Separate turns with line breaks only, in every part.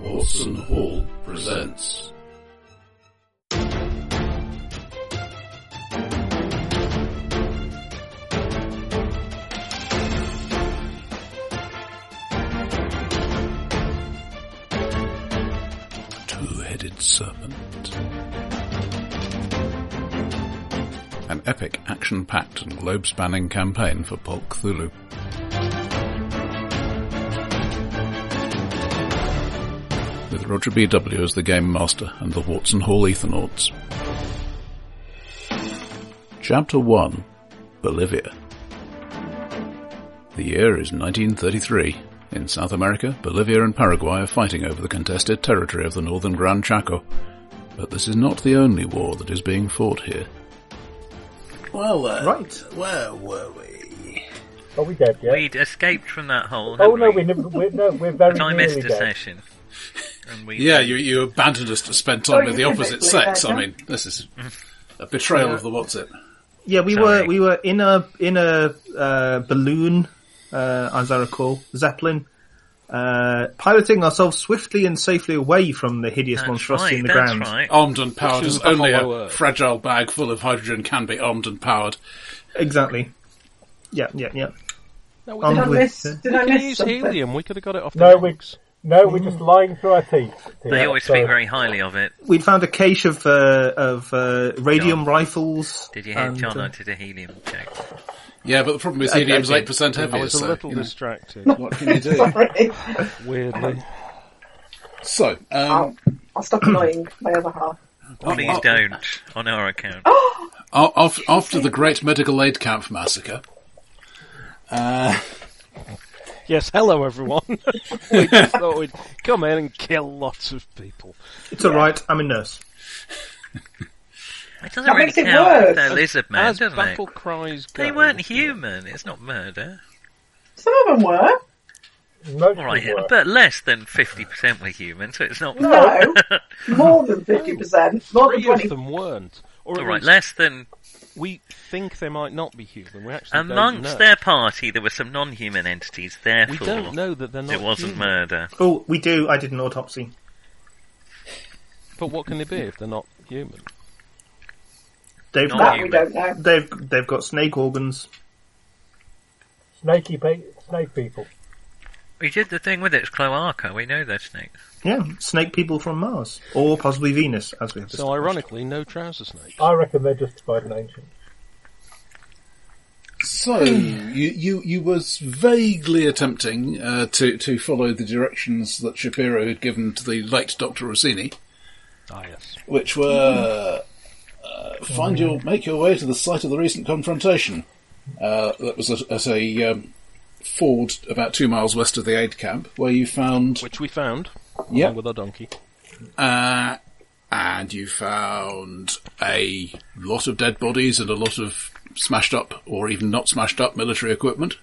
Watson Hall presents. Two-Headed Serpent. An epic, action-packed and globe-spanning campaign for Pulp Cthulhu. with Roger B.W. as the Game Master and the Watson Hall Ethernauts. Chapter 1 Bolivia. The year is 1933. In South America, Bolivia and Paraguay are fighting over the contested territory of the northern Gran Chaco. But this is not the only war that is being fought here.
Well, uh,
Right.
Where were we?
Are we dead yet?
We'd escaped from that hole.
oh
hadn't
no,
we?
we never, we're, no, we're very
I
nearly
missed a
dead.
session. And we
Yeah, you, you abandoned us to spend time
Oh,
with the
you can
opposite
basically
sex.
back
I
up.
mean, this is a betrayal of the what's it.
Yeah, we
Sorry.
were we were in a in a uh, balloon, uh, as I recall, zeppelin, uh, piloting ourselves swiftly and safely away from the hideous
that's
monstrosity
right,
in the
that's
ground.
right.
Oh,
Armed and powered as
is the
only a
hollow earth.
fragile bag full of hydrogen can be armed and powered.
Exactly. Yeah, yeah, yeah.
No, we
Armed
Did I
didn't.
with-
miss?
uh,
Did I
We could
miss
use
something?
helium. We could have got it off the
No, we-
rocks.
No, we're just lying through our teeth.
They always
So-
speak very highly of it.
We'd found a cache of uh, of uh, radium rifles.
Did you hear
and,
John?
uh,
I did a helium check.
Yeah, but the problem is
I- I
helium's
think-
eight percent
I
heavier.
was a
So,
little
you know,
distracted,
what can you do?
Sorry.
weirdly.
so, um,
I'll, I'll stop annoying my other half.
Please
oh.
don't, on our account.
Oh,
a- af- after the Great Medical Aid Camp massacre,
Yes, hello everyone. we just thought we'd come in and kill lots of people.
It's all right. I'm a nurse.
It doesn't
That
really
makes it
count if
worse.
they're lizard men,
As
doesn't
battle
it?
cries go,
They weren't human. It's not murder.
Some of them were.
Most
All right,
people were.
but less than fifty percent were human, so it's not.
No, more than fifty percent. More than
Three of
twenty.
them weren't. Or
All
at
right,
least
less than
we think they might not be human. We actually
amongst
don't know.
their party, there were some non-human entities.
We
Therefore,
don't know that they're not
it wasn't
human.
murder.
Oh, we do. I did an autopsy.
But what can they be if they're not human?
They've
Not
That
got,
we don't know.
they've they've got snake organs.
Snaky pe- snake people.
We did the thing with it. It's cloaca. We know they're snakes.
Yeah, snake people from Mars or possibly Venus, as we have.
So
discussed.
ironically, no trouser snake.
Uh,
I reckon they're justified and ancient.
so you, you you was vaguely attempting uh, to to follow the directions that Shapiro had given to the late Doctor Rossini,
Ah yes.
which were uh, find your make your way to the site of the recent confrontation. Uh, that was at, at a um, ford about two miles west of the aid camp, where you found
Which we found
Yep.
along with our donkey.
Uh, and you found a lot of dead bodies and a lot of smashed up or even not smashed up military equipment.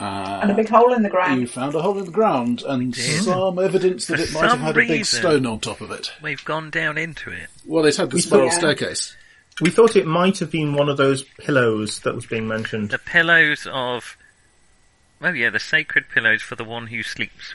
And a big hole in the
You
ground.
found a hole in the ground and some evidence that
For
it might have
some
had a big
reason.
stone on top of it.
We've gone down into it.
Well, it had the
thought-
spiral
Yeah.
staircase.
we thought it might have been one of those pillows that was being mentioned.
the pillows of oh yeah the sacred pillows for the one who sleeps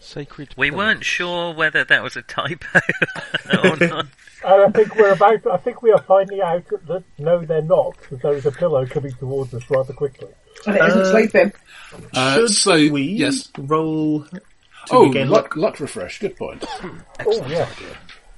Sacred.
we
pillar.
weren't sure whether that was a typo or not
And I think we're about. I think we are finding out that no, they're not. That there is a pillow coming towards us rather quickly.
And it isn't
Uh,
sleeping.
Uh,
Should
so,
we
yes.
roll? To
Oh,
regain
luck, luck refresh. Good point.
Oh yeah.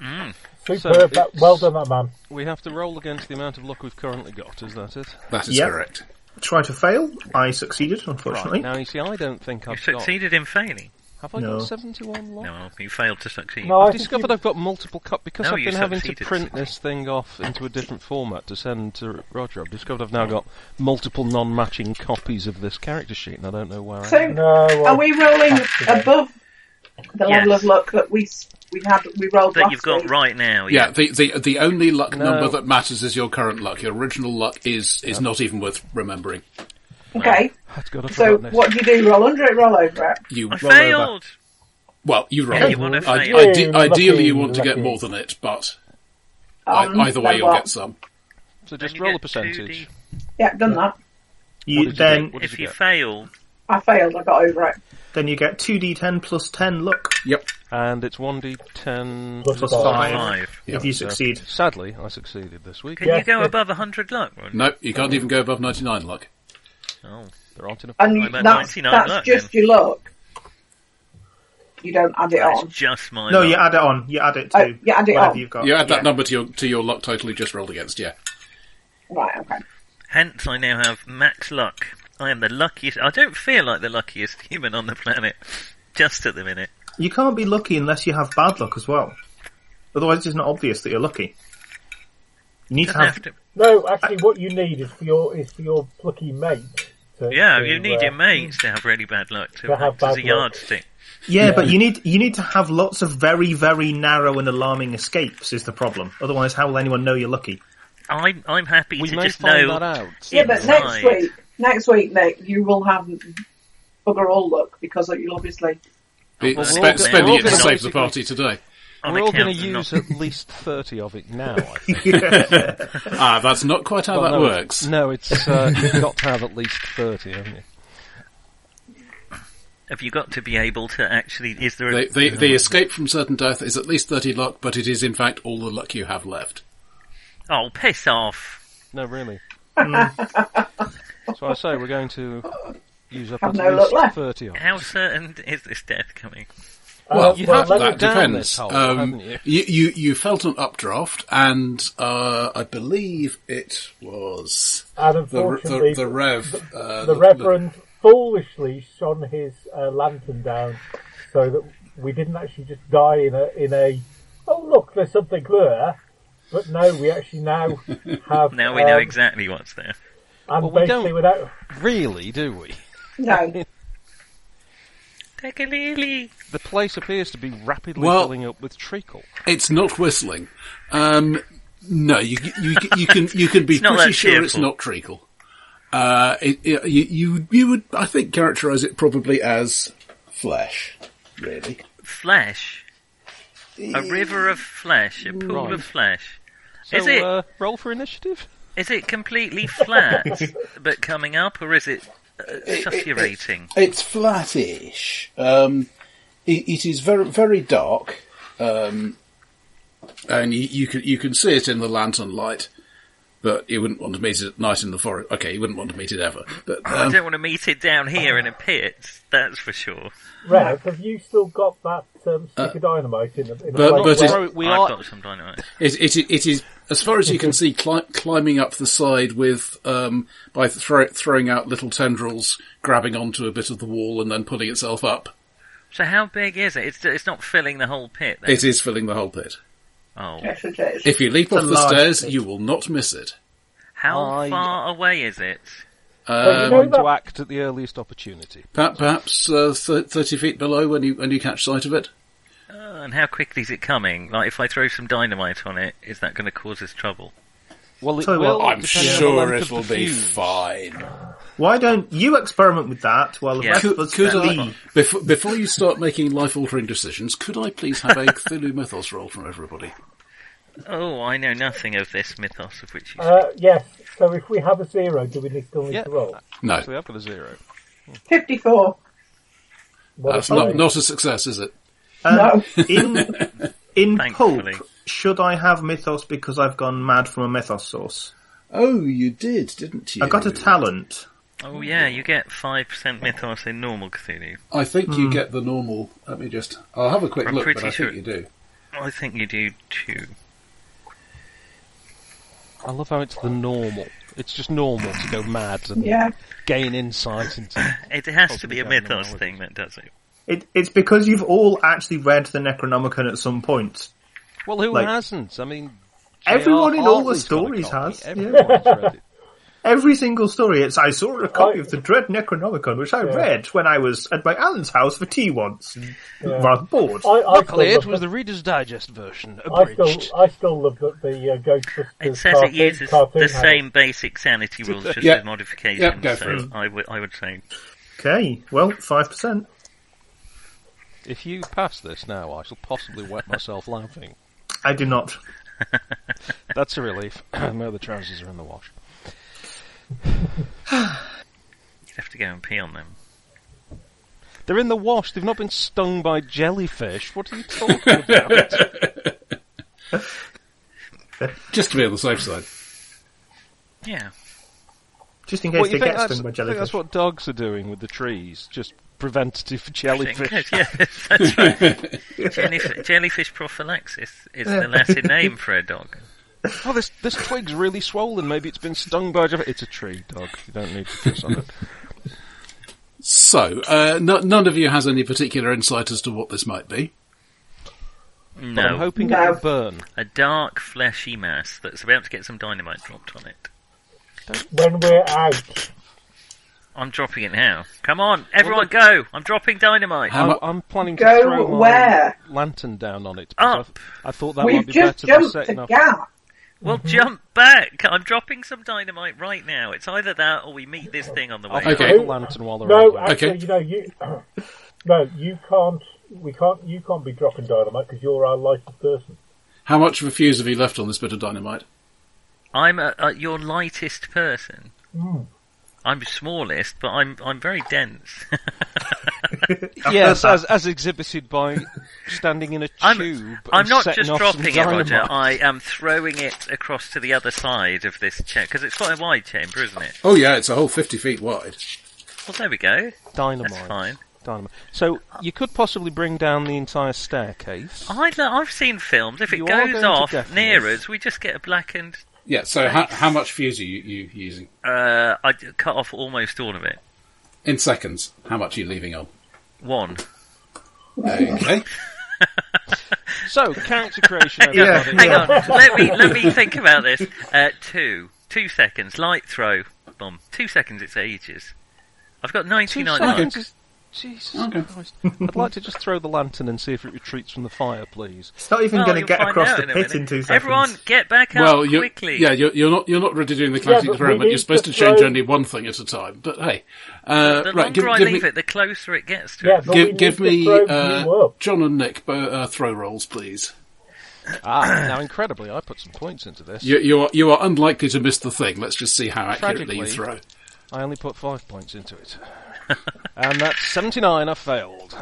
Mm.
So
Superb. that,
it's-
well done, that man.
We have to roll against the amount of luck we've currently got, is that it?
That is
Yep.
correct.
Try to fail. I succeeded, unfortunately.
Right, now you see, I don't think
you
I've got...
succeeded in failing
Have I
No.
got 71 luck?
no you failed to succeed
No, I
I've
think
discovered I've got multiple cut because
No,
I've
you
been having to
succeeded.
print this thing off into a different format to send to Roger. I've discovered I've now got multiple non-matching copies of this character sheet, and I don't know where. I
So,
am.
No, uh,
are
well,
we rolling above the
Yes.
level of luck that we s- we had? We rolled
that
last
you've got
week?
right now
Yeah, the, the the only luck
No.
number that matters is your current luck. Your original luck is is not even worth remembering.
Okay.
I've got to
So, what do you do? Roll under it. Roll over it.
You
I
roll over-
failed.
Well, you roll.
Yeah, you wanna
I-
fail.
ide-
Lucky,
ideally, you want to get
lucky.
more than it, but
Um,
I, either way,
then
you'll
what?
get some.
So
Then
just
you
roll
get
a percentage.
2D.
Yeah, done that.
You
What did you
then
get? What did
If you
get?
fail,
I failed. I got over it.
Then you get 2d10 plus 10 luck
Yep.
And it's 1d10.
Plus
plus
five.
5
Five.
if you succeed.
Sadly, I succeeded this week.
Can you go above 100 luck? Ron?
No, you can't even go above 99 luck.
Oh.
There aren't enough.
And you,
I'm at
that's,
99
that's
luck
just your luck. You don't add it
That's
on.
just my
No,
luck.
you add it on. You add it to
Oh, you add it
whatever
on.
you've got.
You add that
yeah.
number to your to your luck total you just rolled against. Yeah.
Right, okay.
Hence, I now have max luck. I am the luckiest. I don't feel like the luckiest human on the planet. Just at the minute.
You can't be lucky unless you have bad luck as well. Otherwise, it's not obvious that you're lucky. You need to
Doesn't
have.
have to.
No, actually, what you need is for your is for your plucky mate. To,
Yeah,
to,
you need
uh,
your mates to have really bad luck to
To have
act
bad
as a
luck.
yardstick.
Yeah, but you need you need to have lots of very very narrow and alarming escapes. Is the problem? Otherwise, how will anyone know you're lucky?
I'm I'm happy
We
to
may
just
find
know.
that out.
Yeah, but
Right.
next week, next week, Nick, you will have bugger all luck because you'll obviously.
Be-
well,
spe-
we're all go-
spending
we're all
it to
gonna
save the
basically-
party today.
On
We're all going
account
to
of
use
not-
at least 30 of it now, I think.
Ah, that's not quite how that
no, it's-
works.
No, it's uh, you've got to have at least 30, haven't you?
Have you got to be able to actually? Is there? A,
The, the, the escape from certain death is at least 30 luck, but it is in fact all the luck you have left.
Oh, piss off!
No, really.
Hmm.
so I say we're going to use up
Have
at
no
least
luck left.
30 of it.
How certain is this death coming?
Well,
you
well,
have
let
that
it down
depends.
this hole,
um,
haven't you?
you, you you felt an updraft, and uh, I believe it was
And
the re-
unfortunately,
the, the Rev. Uh,
the Reverend foolishly shone his uh, lantern down so that we didn't actually just die in a in a oh look there's something there, but no we actually now have
Now we know
um,
exactly what's there.
and
Well, we
basically
don't-
without
Really, do we?
No,
Take a lily.
The place appears to be rapidly
Well-
filling up with treacle.
It's not whistling. Um, no, you, you you can you can be
It's not
pretty
that
sure it's
cheerful.
not treacle. Uh, it, it, you, you you would I think characterise it probably as flesh, really.
Flesh. A river of flesh. A pool
Right.
of flesh.
So
Is it-
Uh, roll for initiative?
Is it completely flat but coming up, or is it uh, suffurating?
It's flattish. Um, it, it is very very dark, um, and you, you can you can see it in the lantern light. But you wouldn't want to meet it at night in the forest. Okay, you wouldn't want to meet it ever. But
I
um,
don't want to meet it down here in a pit. That's for sure.
Rev have you still got that um, stick of dynamite in the, in the
but-
place
but
where-
it's-
Well, we
I've
are-
got some dynamite.
it, it, it is as far as you can see cli- climbing up the side with um, by thro- throwing out little tendrils, grabbing onto a bit of the wall, and then pulling itself up.
So how big is it? It's it's not filling the whole pit. Then.
It is filling the whole pit.
oh,
yes it is.
If you leap off
a
the
large
stairs,
pit.
you will not miss it.
how
I-
far away is it?
Well, you
Um,
know
Going to
that-
act at the earliest opportunity.
Per- Perhaps uh, thir- thirty feet below when you when you catch sight of it.
Uh, and how quickly is it coming? Like if I throw some dynamite on it, is that going to cause us trouble?
Well, it
Tell you
will.
Oh,
what,
depending on the length of the fuse.
fine.
Why don't you experiment with that while the
Yeah.
rest
Could,
of us
could I,
leave?
before, before you start making life altering decisions, could I please have a Cthulhu Mythos roll from everybody?
Oh, I know nothing of this mythos of which you.
uh, yes so if we have a zero do we need, still need
Yeah.
to roll
No,
Actually, I've got a zero.
Fifty-four.
What
that's
if-
not, not a success, is it?
Um, in in pulp,
Thankfully.
should I have mythos because I've gone mad from a mythos source?
Oh, you did, didn't you?
I got a talent.
Oh yeah, you get five percent mythos in normal Cthulhu.
I think you
Hmm.
get the normal. Let me just. I'll have a quick
I'm
look, but
pretty
I
sure-
think you do.
I think you do too.
I love how it's the normal. It's just normal to go mad and
Yeah.
gain insight into.
It has to be a
Probably down
mythos
normal.
thing that does it.
It, it's because you've all actually read the Necronomicon at some point.
Well, who
Like-
hasn't? I mean,
Everyone
J.R.
in all the
Hartley's got a
stories
copy.
has, yeah.
Everyone's read it.
Every single story, it's I saw a copy
I-
of the Dread Necronomicon, which I read when I was at my Alan's house for tea once, and rather bored.
I, I
Luckily,
still love
it was
the-
the Reader's Digest version,
I
abridged.
still, I still love the, the uh, Ghostbusters
It says
cartoon,
it uses
cartoon
the
had it.
same basic sanity rules, just
Yeah.
with modifications.
Yeah, go for
so I would I would say
Okay, well, 5%.
If you pass this now, I shall possibly wet myself laughing.
I do not.
That's a relief. My other trousers are in the wash.
you'd have to go and pee on them.
They're in the wash. They've not been stung by jellyfish. What are you talking about?
Just to be on the safe side.
Yeah.
Just in case
Well, you
they
think
get
that's,
stung by
I think
jellyfish.
that's what dogs are doing with the trees. Just preventative
I think,
jellyfish.
yeah, that's right. jellyfish, jellyfish prophylaxis is the Latin name for a dog.
Oh, this this twig's really swollen. Maybe it's been stung by a jellyfish. It's a tree, dog. You don't need to piss on it.
So, uh, no, none of you has any particular insight as to what this might be.
But I'm
No,
hoping
No.
it'll burn.
a dark fleshy mass that's about to get some dynamite dropped on it.
When we're out,
I'm dropping it now. Come on, everyone, go! I'm dropping dynamite.
How
I'm,
mu-
I'm planning
Go
to throw my
where?
lantern down on it. because I
Up.
th- I, thought that
We've
might be
just
better than
jumped
setting
the
off.
gap.
Well, jump back! I'm dropping some dynamite right now. It's either that or we meet this thing on the way.
I'll
Okay.
throw
Oh,
the lantern while they're
no,
on.
actually,
Okay.
you know, you no, you can't. We can't. You can't be dropping dynamite because you're our licensed person.
How much of a fuse have you left on this bit of dynamite?
I'm a, a, your lightest person. I'm smallest, but I'm I'm very dense.
Yes, as, as exhibited by standing in a tube.
I'm,
and
I'm not
setting
just
off some
dropping it, Roger.
dynamite.
I am throwing it across to the other side of this chamber because it's quite a wide chamber, isn't it?
Oh yeah, it's a whole 50 feet wide.
Well, there we go.
Dynamite.
That's fine.
Dynamite. So you could possibly bring down the entire staircase.
I, I've seen films. If it
You are going
goes
to
off
deafen
near
this.
us, we just get a blackened.
Yeah, so how, how much fuse are you, you using?
Uh, I d- cut off almost all of it.
In seconds, how much are you leaving on?
One.
Okay.
So character creation.
Hang on,
everybody.
hang on. let me let me think about this. Uh, two, two seconds. Light throw bomb. Two seconds. It's ages. I've got
Two
ninety nine lights.
seconds is- Jesus
Okay.
Christ. I'd like to just throw the lantern and see if it retreats from the fire, please.
It's not even
Well,
going to
Oh, you'll
get
find
across
out
the
in a
pit in
minute.
two seconds.
Everyone, get back up
well, you're,
quickly.
yeah, you're, you're not you're not really doing the
but
kinetic
we
experiment.
need
You're supposed
to
to change
throw-
only one thing at a time. But hey, uh,
the longer
right, give,
I
give
leave
me
it, the closer it gets to
Yeah,
it.
but we
give,
need
give
to
me
throw you
uh,
up.
John and Nick bo- uh, throw rolls, please.
Ah, now incredibly, I put some points into this.
You, you are you are unlikely to miss the thing. Let's just see how accurately you
Tragically.
throw.
I only put five points into it. and that's 79, I failed.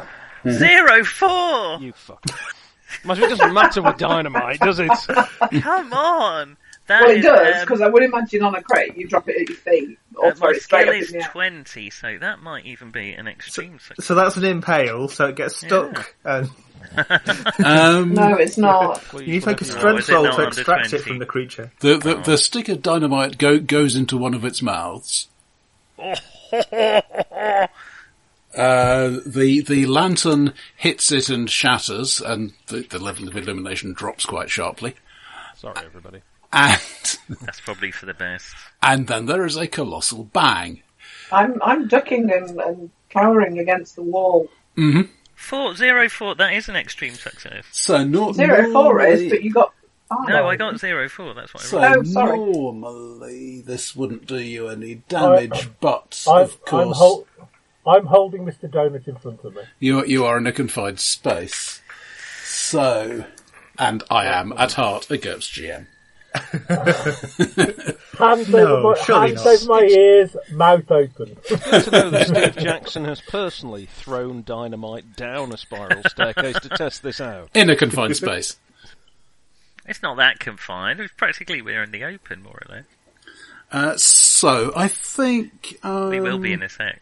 Zero four.
You fuck. Must be- It doesn't matter with dynamite, does it?
Come on. That
Well, it
is,
does,
um,
because I would imagine on a crate you drop it at your feet or
uh,
throw
my
it straight
skill
up in
is
the air.
twenty, so that might even be an extreme. success.
So that's an impale, so it gets stuck. And
Um,
No, it's not.
Please,
you need to make a
whatever.
strength
strength
roll
roll
not
to
under
extract it
20?
from the creature.
the, the the stick of dynamite go, goes into one of its mouths. Uh, the the lantern hits it and shatters, and the, the level of illumination drops quite sharply.
Sorry, everybody.
And
That's probably for the best.
and then there is a colossal bang.
I'm I'm ducking and, and cowering against the wall.
Four zero four. That is an extreme success.
So not
Zero four
normally-
is, but you got five.
No, I got zero four. That's what I
So
rolled.
Oh, sorry.
normally this wouldn't do you any damage, but
I'm,
of course
I'm, hol- I'm holding Mr. Donut in front of me.
you you are in a confined space. So, and I am at heart a GURPS GM.
Hands
No,
over my,
surely
hands
not.
over my ears, mouth open.
Good to know that Steve Jackson has personally thrown dynamite down a spiral staircase to test this out.
In a confined space.
It's not that confined. It's practically we're in the open, more or less.
Uh, so I think um,
We will be in a sec.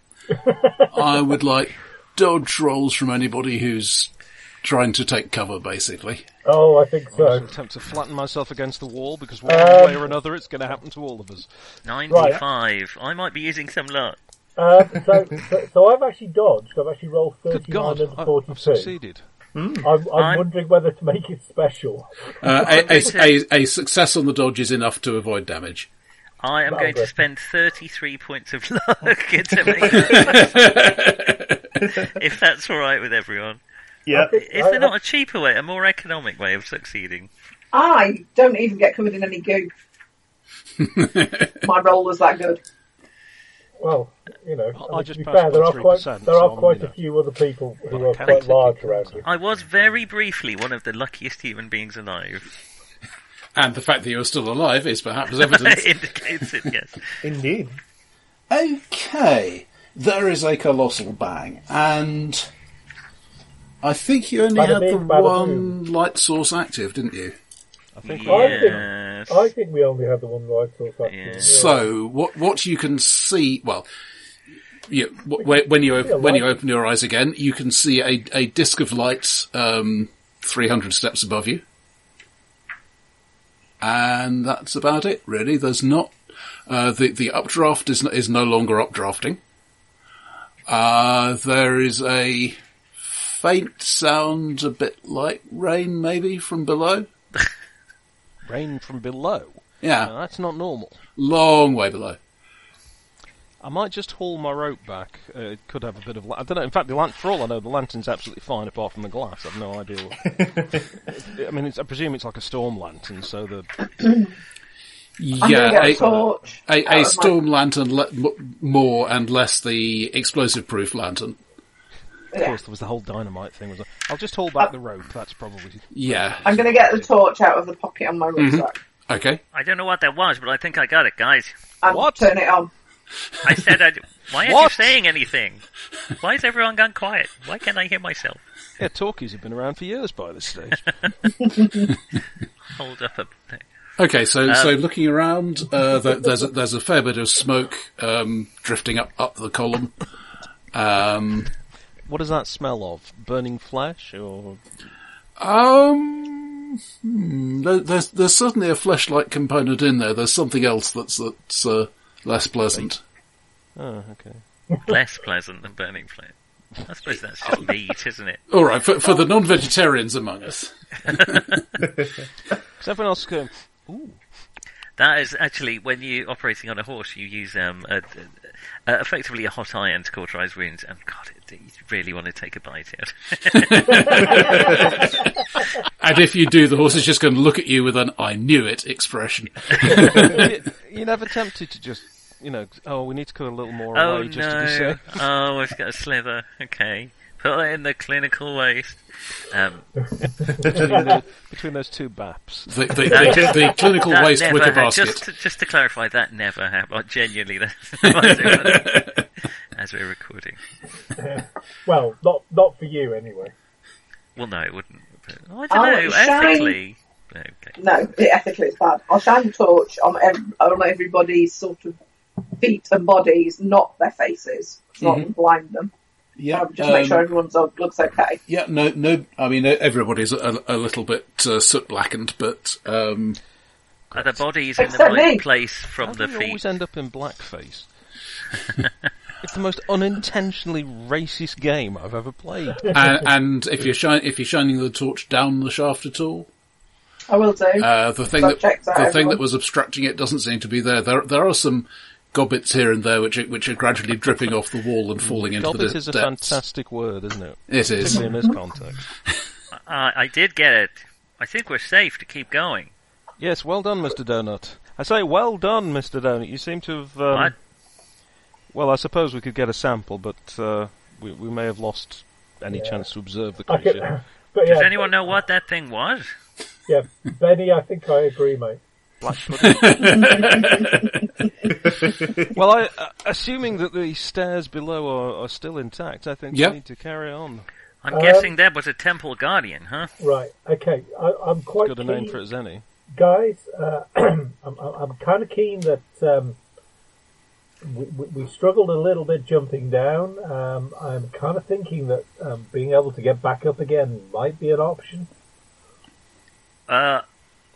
I would like dodge rolls from anybody who's trying to take cover, basically.
Oh, I think
I'm
so.
attempt to flatten myself against the wall because one way or another it's going to happen to all of us.
Ninety-five. I might be using some luck.
Um, so, so, so I've actually dodged. I've actually rolled
Good
39
God,
and
I-
42.
I've succeeded.
I'm, I'm
I'm-
wondering whether to make it special.
Uh, a, a, a, a success on the dodge is enough to avoid damage.
I am
Well
going to
done.
spend 33 points of luck to make that. if that's alright with everyone.
Yeah.
Is there not a cheaper way, a more economic way of succeeding?
I don't even get covered in any goo. My roll was that good.
Well, you know,
I
I mean,
just
to be
passed
fair,
by
there are quite
3%,
there are
so I'm,
quite
you
a
know,
few other people who
I
are
can't
quite
take
large
it.
around you.
I was very briefly one of the luckiest human beings alive.
And the fact that you are still alive is perhaps evidence.
Indicates it, yes.
Indeed.
okay. there is a colossal bang, and I think you only
Bada
had the
bing, bada
one light source active, didn't you?
I think
Yes.
I think we only had the one right source actually.
Yeah.
So what what you can see, well, you, wh- wh- when you op-
Yeah,
when you
light.
open your eyes again, you can see a, a disc of light um, three hundred steps above you, and that's about it. Really, there's not uh, the the updraft is n- is no longer updrafting. Uh, there is a faint sound, a bit like rain, maybe from below.
rain from below.
Yeah,
Now, that's not normal.
long way below.
I might just haul my rope back. Uh, it could have a bit of. La- I don't know. In fact, the lan- for all I know, the lantern's absolutely fine apart from the glass. I've no idea. What- I mean, it's, I presume it's like a storm lantern, so the
I'm
Yeah,
gonna
a-
get a torch.
Uh,
out
A, a
of
storm lantern le- m- more and less the explosive proof lantern.
My,
Of
yeah.
course, there was the whole dynamite thing. Was I'll just haul back the rope. That's probably.
Yeah.
I'm gonna get the torch out of the pocket on my rucksack
Okay.
I don't know what that was, but I think I got it, guys.
and
What?
turn it on.
I said, I, why aren't you
What?
saying anything? Why has everyone gone quiet? Why can't I hear myself?
Yeah, talkies have been around for years by this stage.
Hold up a thing.
Okay.
Uh,
So, so looking around, uh, there, there's a, there's a fair bit of smoke um, drifting up up the column. Um,
what does that smell of? Burning flesh or
um, hmm, there- there's there's certainly a fleshlight component in there. There's something else that's that's uh, less pleasant.
oh, okay.
Less pleasant than burning flame. I suppose that's just meat, isn't it?
All right, for, for the non-vegetarians among us.
Because everyone else going, ooh,
That is actually when you're operating on a horse, you use um, a, a, effectively a hot iron to cauterize wounds. And God, it, you really want to take a bite out.
And if you do, the horse is just going to look at you with an "I knew it" expression.
you, you're never tempted to just, you know, oh, we need to cut a little more
oh
away just to be
no!
safe.
Oh, I've got a slither. Okay, put that in the clinical waste. Um,
between, the, between those two baps.
The, the, the, the clinical
that
waste
never
wicker
ha-
basket.
Just to, just to clarify, that never happened. Genuinely, that as we're recording.
Well, not not for you anyway.
Well, no, it wouldn't. But, I don't
Oh,
know.
it's shiny.
Ethically, okay.
No, ethically it's bad. I'll shine the torch on ev- on everybody's sort of feet and bodies, not their faces. It's not blind them.
Yeah,
Um, just make
um,
sure everyone's o- looks okay.
Yeah, no, no. I mean, uh, everybody's a, a little bit uh, soot blackened, but um,
Are the bodies in the
Except
right
me.
place from
How
the
do you always
feet?
end up in blackface? it's the most unintentionally racist game I've ever played.
and, and if you're shine, if you're shining the torch down the shaft at all,
I will do.
uh, the thing that
Subjects
the
are
thing
everyone.
that was obstructing it doesn't seem to be there. There, there are some gobbets here and there which are, which are gradually dripping off the wall and falling into
Gobbit
the
is a
depths.
fantastic word, isn't it?
It is.
Particularly in this context.
Uh, I did get it. I think we're safe to keep going.
Yes, well done, Mr. Donut. I say, well done, Mr. Donut. You seem to have. Um,
What?
Well, I suppose we could get a sample, but uh, we, we may have lost any chance to observe the
I
creature.
can- but yeah,
Does anyone know what that thing was?
yeah, Benny, I think I agree, mate.
Black pudding. well, I, uh, assuming that the stairs below are, are still intact, I think
Yep.
we need to carry on.
I'm
Um,
guessing that was a temple guardian, huh?
Right, okay, I, I'm quite
Good a
keen,
name for it as any.
guys. Uh, I'm, I'm, I'm kind of keen that um, we, we, we struggled a little bit jumping down. Um, I'm kind of thinking that um, being able to get back up again might be an option.
Uh,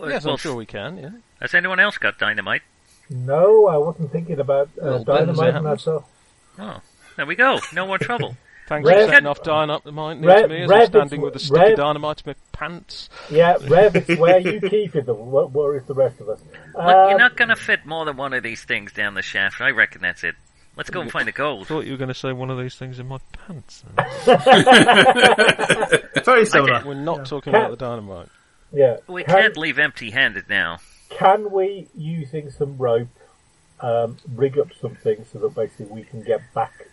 Yes,
well,
I'm sure we can. Yeah.
Has anyone else got dynamite?
No, I wasn't thinking about uh,
Well, Ben's
dynamite and
out.
I thought
Oh, there we go. No more trouble.
Thanks
Rev-
for setting off dynamite near
Rev-
to me as
Rev
I'm
is
standing with a stick
Rev-
of dynamite in my pants.
Yeah, Rev, it's where you keep it that wo- worries the rest of us.
Look, you're
Um,
not going to fit more than one of these things down the shaft. I reckon that's it. Let's go and find the gold.
Thought you were going to say one of these things in my pants.
Very similar.
We're not talking
Cat-
about the dynamite.
yeah.
We
can,
can't leave empty-handed now.
can we, using some rope, um, rig up something so that basically we can get back?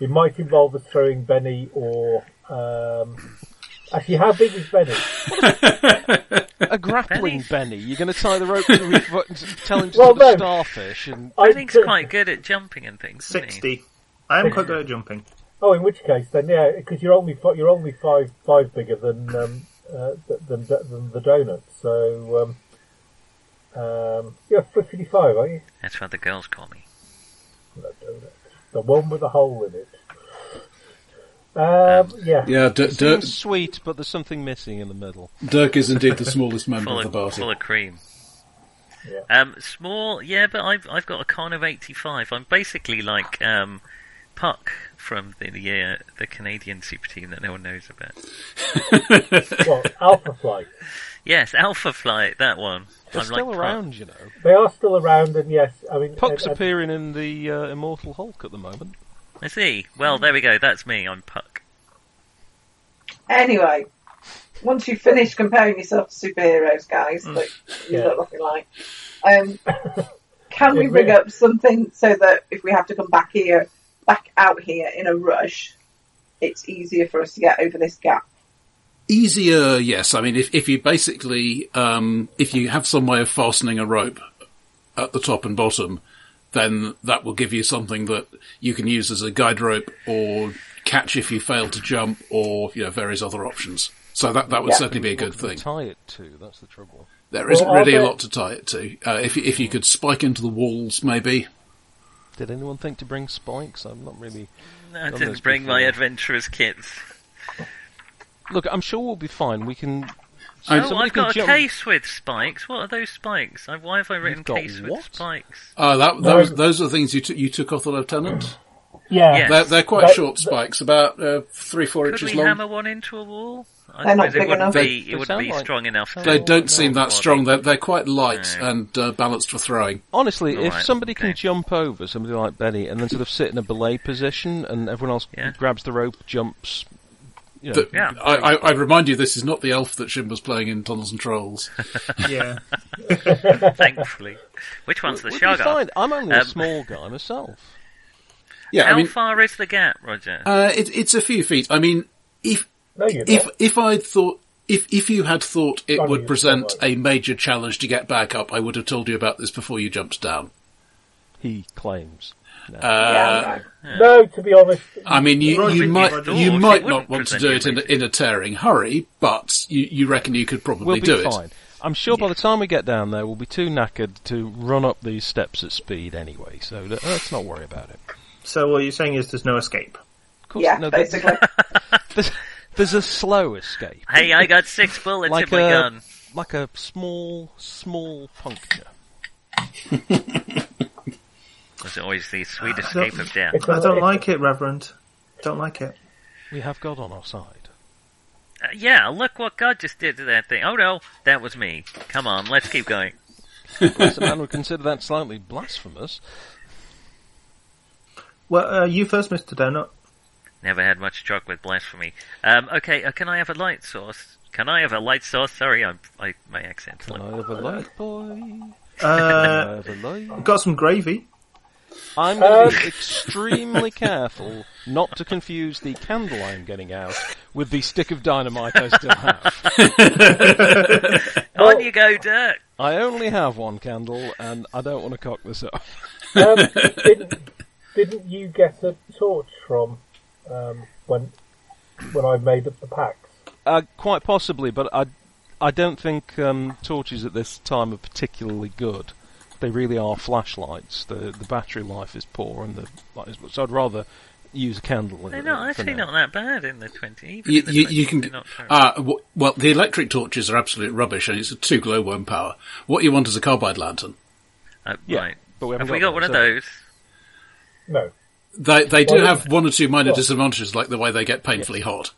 It might involve us throwing Benny or. Um, actually, how big is Benny?
A grappling Benny. You're going to tie the rope to his foot and tell him to
Well,
do the
no.
starfish. And
I
Benny's quite good at jumping and things, isn't he?
Sixty. I am quite good at jumping.
Oh, in which case then, yeah, because you're only fi- you're only five five bigger than um, uh, th- than, than, the donut. So um, um, you're fifty five, are you?
That's what the girls call me.
No donut, the one with the hole in it. Um, yeah,
Yeah, D- Dirk,
It's sweet, but there's something missing in the middle.
Dirk is indeed the smallest member
Full
of the
of,
party.
full of cream.
Yeah.
Um, small, yeah, but I've I've got a con of eighty five. I'm basically like um, Puck from the the, uh, the Canadian super team that no one knows about.
well, Alpha Flight.
Yes, Alpha Flight, that one.
They're
I'm
still
like Puck.
around, you know.
They are still around, and yes, I mean,
Puck's
and- and-
appearing in the uh, Immortal Hulk at the moment.
I see. Well, there we go. That's me. I'm Puck.
Anyway, once you've finished comparing yourself to superheroes, guys, that you
Yeah.
look like you like, um, can we
Yeah,
bring
yeah.
up something so that if we have to come back here, back out here in a rush, it's easier for us to get over this gap?
Easier, yes. I mean, if, if you basically, um, if you have some way of fastening a rope at the top and bottom, then that will give you something that you can use as a guide rope or catch if you fail to jump or, you know, various other options. So that, that would
Yeah.
certainly be a good
What can we
thing.
Tie it to. That's the trouble.
There isn't
Well,
really a
I'll
lot to tie it to. Uh, if, you- if you could spike into the walls, maybe.
Did anyone think to bring spikes? I'm not really.
No, I
Done this
didn't bring my
before.
adventurous kits.
Look, I'm sure we'll be fine. We can.
I-
Oh,
somebody
I've
can
got a
jump-
case with spikes. What are those spikes? I, why have I written
got
case with
what?
spikes?
Uh, that,
No.
those, those are the things you, took you took off the lieutenant.
yeah,
Yeah.
They're, they're quite
Oh, That-
short spikes, about uh, three, four
Could
inches
we
long.
hammer one into a wall? I
They're not
suppose it
big
wouldn't
enough.
be.
They-
it
they
wouldn't
sound
be
like-
strong enough. to-
They don't seem
Well,
that strong.
they-
They're, they're quite light
No.
and uh, balanced for throwing.
Honestly, if
Right,
somebody can
okay.
jump over somebody like Benny and then sort of sit in a belay position, and everyone else
Yeah.
grabs the rope, jumps. You know,
The-
Yeah.
I, I, I remind you, this is not the elf that Shim was playing in Tunnels and Trolls.
Yeah.
Thankfully, which one's the
we'll be
sugar?
fine. I'm only
Um,
a small guy myself.
Yeah,
How
I mean,
far is the gap, Roger?
uh, it, it's a few feet. I mean, if
no, you're
if
not.
if I'd thought. If, if you had thought it
Funny,
would
it's
present
not
a major challenge to get back up, I would have told you about this before you jumped down. Uh,
He claims. Uh,
yeah, right.
No, to be honest,
I mean, you,
Roger,
you
you
might
Roger.
you
It
might
wouldn't
not want to
present
do
you
it in a,
major-
in a tearing hurry, but you, you reckon you could probably
We'll be
do it.
fine. I'm sure by the time we get down there, we'll be too knackered to run up these steps at speed anyway. So let- let's not worry about it.
So what you're saying is there's no escape.
Of course,
yeah,
no, there-
basically.
there's, there's a slow escape,
Hey, I got six bullets
like
in my
a
gun.
like a small small puncture.
There's always the sweet
don't-
escape of death.
it's
I
a-
don't like it, Reverend. Don't like it.
We have God on our side.
Uh, yeah, look what God just did to that thing. Oh no, that was me. Come on, let's keep going.
As a man would consider that slightly blasphemous.
Well, uh, you first, Mr. Donut.
Never had much truck with blasphemy. Um, okay, uh, can I have a light source? Can I have a light source? Sorry, I'm, I, my accent's
Can
like...
I have a light, boy?
Uh,
Have a light.
got some gravy.
I'm going to be extremely careful not to confuse the candle I'm getting out with the stick of dynamite I still have.
Oh.
On you go, Dirk!
I only have one candle, and I don't want to cock this up.
um, didn't, didn't you get a torch from um, when when I made up the packs?
Uh, quite possibly, but I, I don't think um, torches at this time are particularly good. They really are flashlights. The the battery life is poor, and the light is, so I'd rather use a candle. in-
They're not,
for
actually
now.
not that bad in the 20. Even
You,
in the
you,
20,
you can.
they're not terrible.
Uh, w- well, the electric torches are absolute rubbish, and it's a two glowworm power. What you want is a carbide lantern.
Uh,
yeah,
right.
but we haven't
Have we got
got
one
one,
of
so-
those?
No,
They they do
Well,
have one or two minor
well-
disadvantages, like the way they get painfully hot,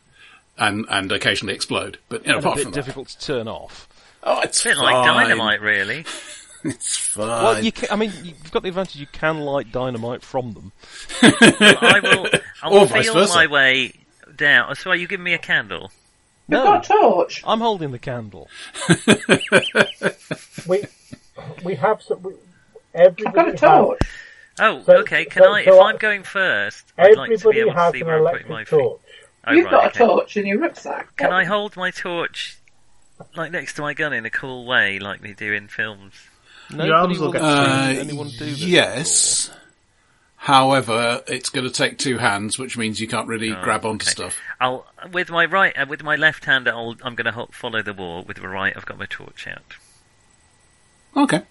and and occasionally explode. But you know,
And a
apart
bit
from that,
difficult to turn off.
oh, it's
A bit like
fine.
dynamite, really.
It's fine.
Well, you can, I mean, you've got the advantage you can light dynamite from them.
Well, I will, I
Or
will
vice
feel
versa.
my way down. Oh, So are you giving me a candle?
We've
No,
got a torch.
I'm holding the candle.
we we have some. We, everybody
I've got a
has-
torch.
Oh,
So-
okay. Can
so-
I?
so
if
I-
I'm going first, I'd like to be
everybody
able to
has
see
an
where I'm putting my
electric
feet.
torch.
Oh,
You've
right,
got
okay.
a torch in your rucksack.
Can I hold my torch like next to my gun in a cool way, like they do in films?
Nobody
arms will
will
get
have seen
Uh,
anyone do this.
yes. However, it's going to take two hands, which means you can't really grab onto
okay.
stuff.
I'll with my right uh, with my left hand. I'll, I'm going to follow the wall. With my right, I've got my torch out,
Okay.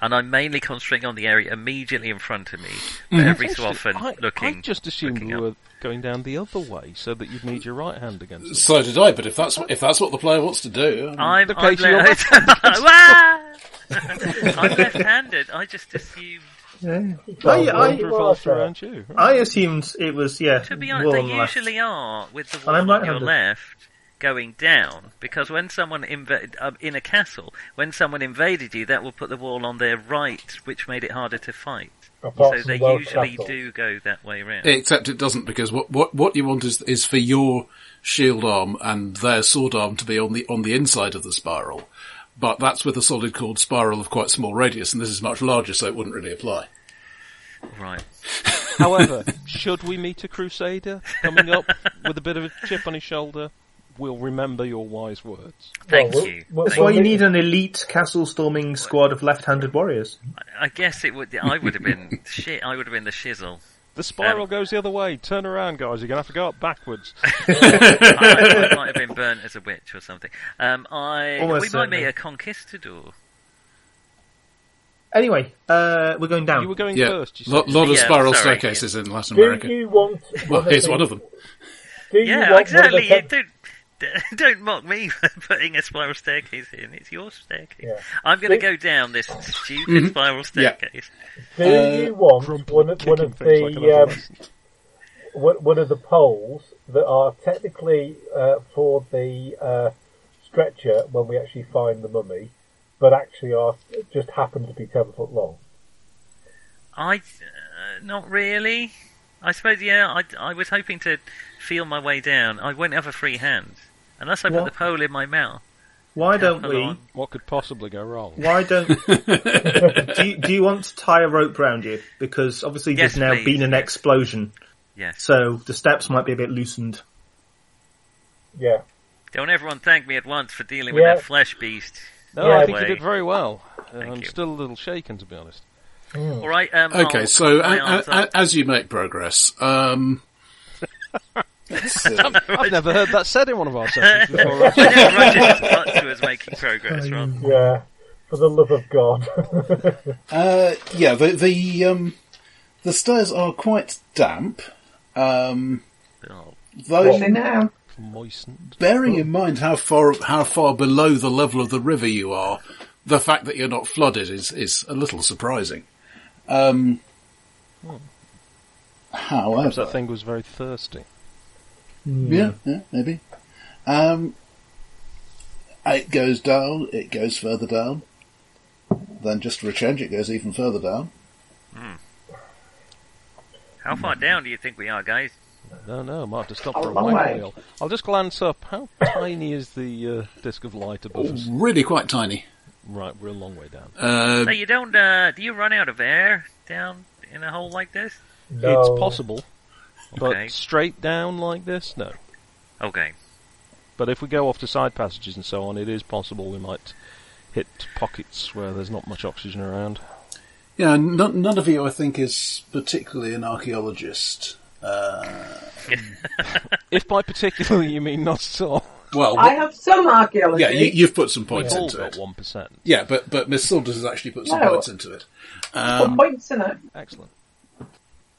and I'm mainly concentrating on the area immediately in front of me. But
Mm-hmm.
every so often,
I,
looking.
I just assumed
looking
we
up.
were going down the other way so that you'd need your right hand against it.
So did I, but if that's if that's what the player wants to do, I mean,
I'm,
Okay,
I'm,
so you're
left- Wah! I'm left-handed. I just assumed.
I, I,
Wonder if I'll throw around you.
I assumed it was yeah.
To be
wall
honest,
on
they
the left.
usually are with the
I'm
one on your
right-handed.
left going down because when someone inv- uh, in a castle, when someone invaded you, that will put the wall on their right, which made it harder to fight.
Apart
so
from
they
World
usually
Castle.
do go that way round.
except it doesn't because what what what you want is is for your shield arm and their sword arm to be on the on the inside of the spiral. But that's with a solid chord spiral of quite small radius, and this is much larger, so it wouldn't really apply.
Right.
However, should we meet a crusader coming up with a bit of a chip on his shoulder, we'll remember your wise words.
Thank
we'll-
you.
we'll-
Thank
That's why
Well,
you
they-
need an elite castle storming squad of left-handed warriors.
I guess it would. I would have been shit. I would have been the shizzle.
The spiral
Um,
goes the other way. Turn around, guys. You're going to have to go up backwards.
I, I might have been burnt as a witch or something. Um, I
Almost
we might
certainly.
meet a conquistador.
Anyway, uh, we're going down.
You were going
Yeah,
first.
a
You
lot,
said.
of
Yeah,
spiral
sorry,
staircases in Latin
Do
America.
you want?
Well, here's one of them.
Do you
Yeah,
want One
exactly.
of the
You
ten-
don't don't mock me for putting a spiral staircase in. It's your staircase.
Yeah.
I'm going to go down this stupid
Mm-hmm.
spiral staircase.
do you want
Grumpy
one, of- one
Uh, kicking
of
things like an
the um,
adolescent.
one, one of the poles that are technically uh, for the uh, stretcher when we actually find the mummy, but actually are just happen to be ten foot long.
I uh, not really. I suppose yeah. I I was hoping to feel my way down. I won't have a free hand unless I put
What?
the pole in my mouth.
Why don't
Hold
we?
on.
What could possibly go wrong?
Why don't? do, you, do you want to tie a rope round you? Because obviously
Yes,
there's now
please.
been an explosion,
Yes.
so the steps might be a bit loosened.
Yeah,
Don't everyone thank me at once for dealing
Yeah.
with that flesh beast.
No,
Yeah.
I think you
Way.
did very well. Uh, I'm
you.
still a little shaken, to be honest.
All right. Um,
Okay,
I'll-
so uh,
my
a,
arms
a-
up.
a- as you make progress, um, let's see.
I've never heard that said in one of our sessions before.
uh,
I never rush as much to us making progress, Ron.
yeah. For the love of God,
Uh, yeah, the the um, the stairs are quite damp. Um,
Oh,
though,
Especially now.
Moistened.
bearing in mind how far how far below the level of the river you are, the fact that you're not flooded is is a little surprising. Um,
Perhaps that
however,
thing was very thirsty.
yeah, yeah, maybe. Um, it goes down. It goes further down. Then just for a change, it goes even further down.
How far down do you think we are, guys?
No, no, I might have to stop
Oh,
for a
all
white
right.
whale. I'll just glance up. How tiny is the uh, disc of light above
Oh.
us?
Really, quite tiny.
Right, we're a long way down.
Uh,
So you don't? Uh, do you run out of air down in a hole like this?
no.
It's possible, but
Okay.
straight down like this, no.
Okay.
But if we go off to side passages and so on, it is possible we might hit pockets where there's not much oxygen around.
Yeah, none, none of you, I think, is particularly an archaeologist. Uh,
If by particularly you mean not at all,
well,
I have some archaeology.
Oh, yeah, you, you've put some
we've
points
all
into
got
it.
one percent.
Yeah, but but Miss Saunders has actually put some
No.
points into it.
Put
um,
points in it.
Excellent.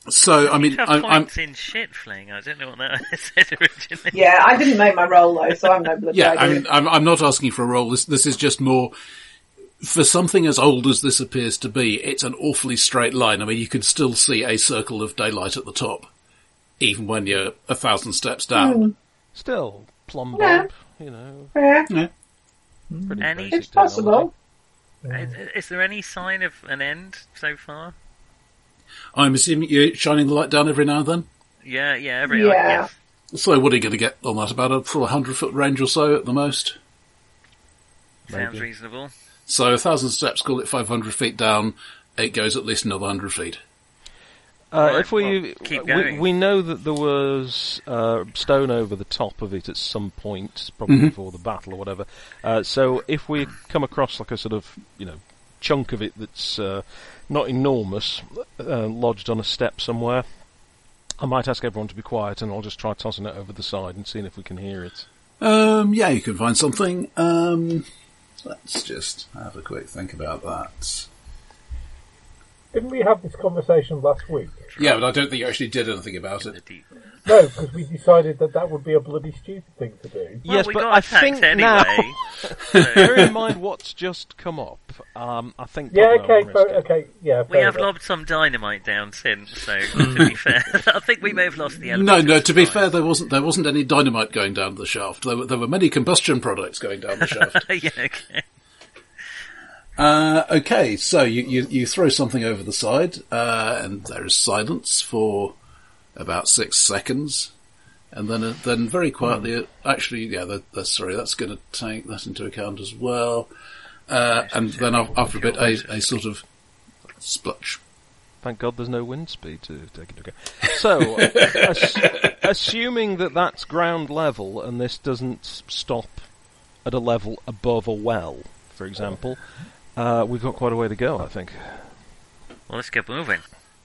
So I mean,
Tough
I'm, I'm
points in shit fling. I don't know what that said originally.
Yeah, I didn't make my roll though, so I'm no bloody
yeah, I
idea.
mean, I'm, I'm not asking for a role. This this is just more for something as old as this appears to be. It's an awfully straight line. I mean, you can still see a circle of daylight at the top, even when you're a thousand steps down.
Still, plumb
Yeah.
bob, you know,
yeah,
pretty
Any-
basic
it's possible.
technology.
Is, is there any sign of an end so far?
I'm assuming you're shining the light down every now and then.
Yeah, yeah, every
Yeah.
yeah.
So what are you going to get on that? About a full hundred foot range or so at the most.
sounds
Maybe.
reasonable.
So a thousand steps, call it 500 feet down, it goes at least another 100 feet.
Uh,
Right,
if we,
well, keep
we-
going.
we know that there was uh, stone over the top of it at some
Mm-hmm.
point, probably before the battle or whatever. Uh, so if we come across like a sort of you know chunk of it that's uh, not enormous uh, lodged on a step somewhere. I might ask everyone to be quiet, and I'll just try tossing it over the side and seeing if we can hear it.
Um, yeah, you can find something. Um, let's just have a quick think about that.
Didn't we have this conversation last week?
Yeah, but I don't think you actually did anything about
The
it.
deep- Well,
No, because we decided that that would be a bloody stupid thing to do.
yes,
we
but
got
I
attacked
think
anyway.
now, bear in mind what's just come up. Um, I think.
Yeah,
probably I'll
okay, fair,
risk it.
okay, yeah.
we
fair
have
enough.
lobbed some dynamite down since, so to be fair, I think we may have lost the element.
No,
of
no. To be fair,
surprise.
there wasn't there wasn't any dynamite going down the shaft. There were, there were many combustion products going down the shaft.
yeah, okay.
Uh, okay, so you, you you throw something over the side, uh, and there is silence for about six seconds, and then uh, then very quietly, uh, actually, yeah, that, that's sorry, that's going to take that into account as well. Uh, and then af- after a bit, a, a sort of splutch.
Thank God there's no wind speed to take into account. So, uh, ass- assuming that that's ground level and this doesn't s- stop at a level above a well, for example, uh, we've got quite a way to go, I think.
Well, let's get moving.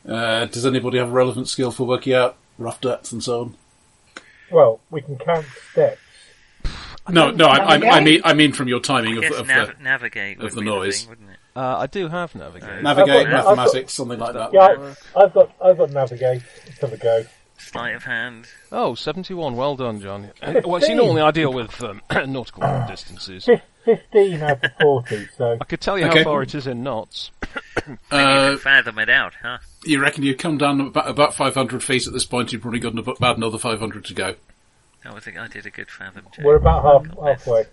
Uh, does anybody have a relevant skill for working out rough depth and so on?
Well, we can count steps.
No, no, I,
I- I
mean, I mean from your timing
Yes, nav- navigate
of uh,
would
the
be
noise.
thing, wouldn't it?
Uh, I do have navigation.
navigate,
I've got-
mathematics, something like that.
Yeah, I, I've got I've got navigate to the go.
Sleight of hand.
Oh, 71. Well done, John. Uh, Well, see, normally I deal with um, nautical
Ah.
distances.
Fif- Fifteen out of forty. So
I could tell you
Okay.
how far it is in knots.
Uh,
Fathom it out, huh?
you reckon you come down about, about 500 feet at this point, you've probably got an- about another 500 to go.
Oh, I think I did a good fathom check.
we're about half halfway.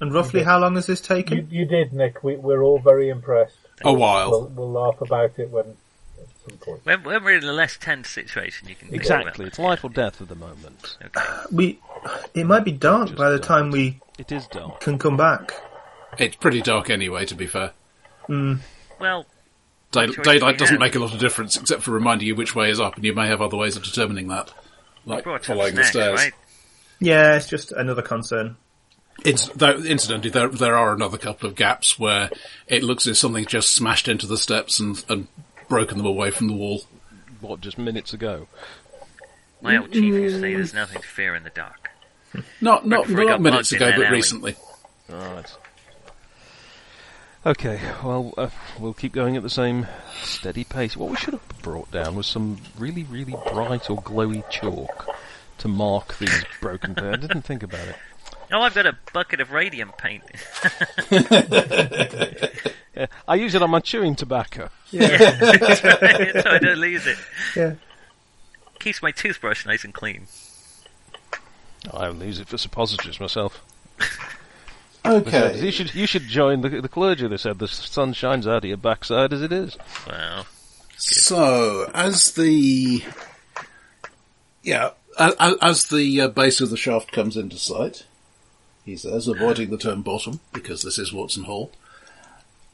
And roughly how long has this
You,
taken?
you did, Nick. We, we're all very impressed.
A
We'll,
while.
we'll laugh about it when at some point.
When, when we're in a less tense situation, you can think about
Exactly. It's life or death at the moment.
that. Okay.
We, it might be dark by the time we
It is dark.
can come back.
It's pretty dark anyway, to be fair.
Well,
Day,
Choice
daylight
we
doesn't
have.
make a lot of difference, except for reminding you which way is up, and you may have other ways of determining that. Like
brought up
following the
snacks,
stairs.
right?
Yeah, it's just another concern.
It's, though, incidentally, there, there are another couple of gaps where it looks as if something just smashed into the steps and, and broken them away from the wall.
What, just minutes ago?
My old chief used to
Mm.
say there's nothing to fear in the dark.
Not, not,
before it
not
got
minutes
plugged in
ago,
that
but
alley.
recently.
Right. Okay, well, uh, we'll keep going at the same steady pace. What we should have brought down was some really, really bright or glowy chalk to mark these broken bits. I didn't think about it.
Oh, I've got a bucket of radium paint.
Yeah, I use it on my chewing tobacco.
so I don't lose it.
Yeah.
Keeps my toothbrush nice and clean.
I only use it for suppositories myself. You
Okay.
should you should join the, the clergy. They said the sun shines out of your backside as it is.
Wow.
So, Oh, as the yeah, a- a- as the uh, base of the shaft comes into sight, he says, avoiding the term bottom because this is Watson Hall.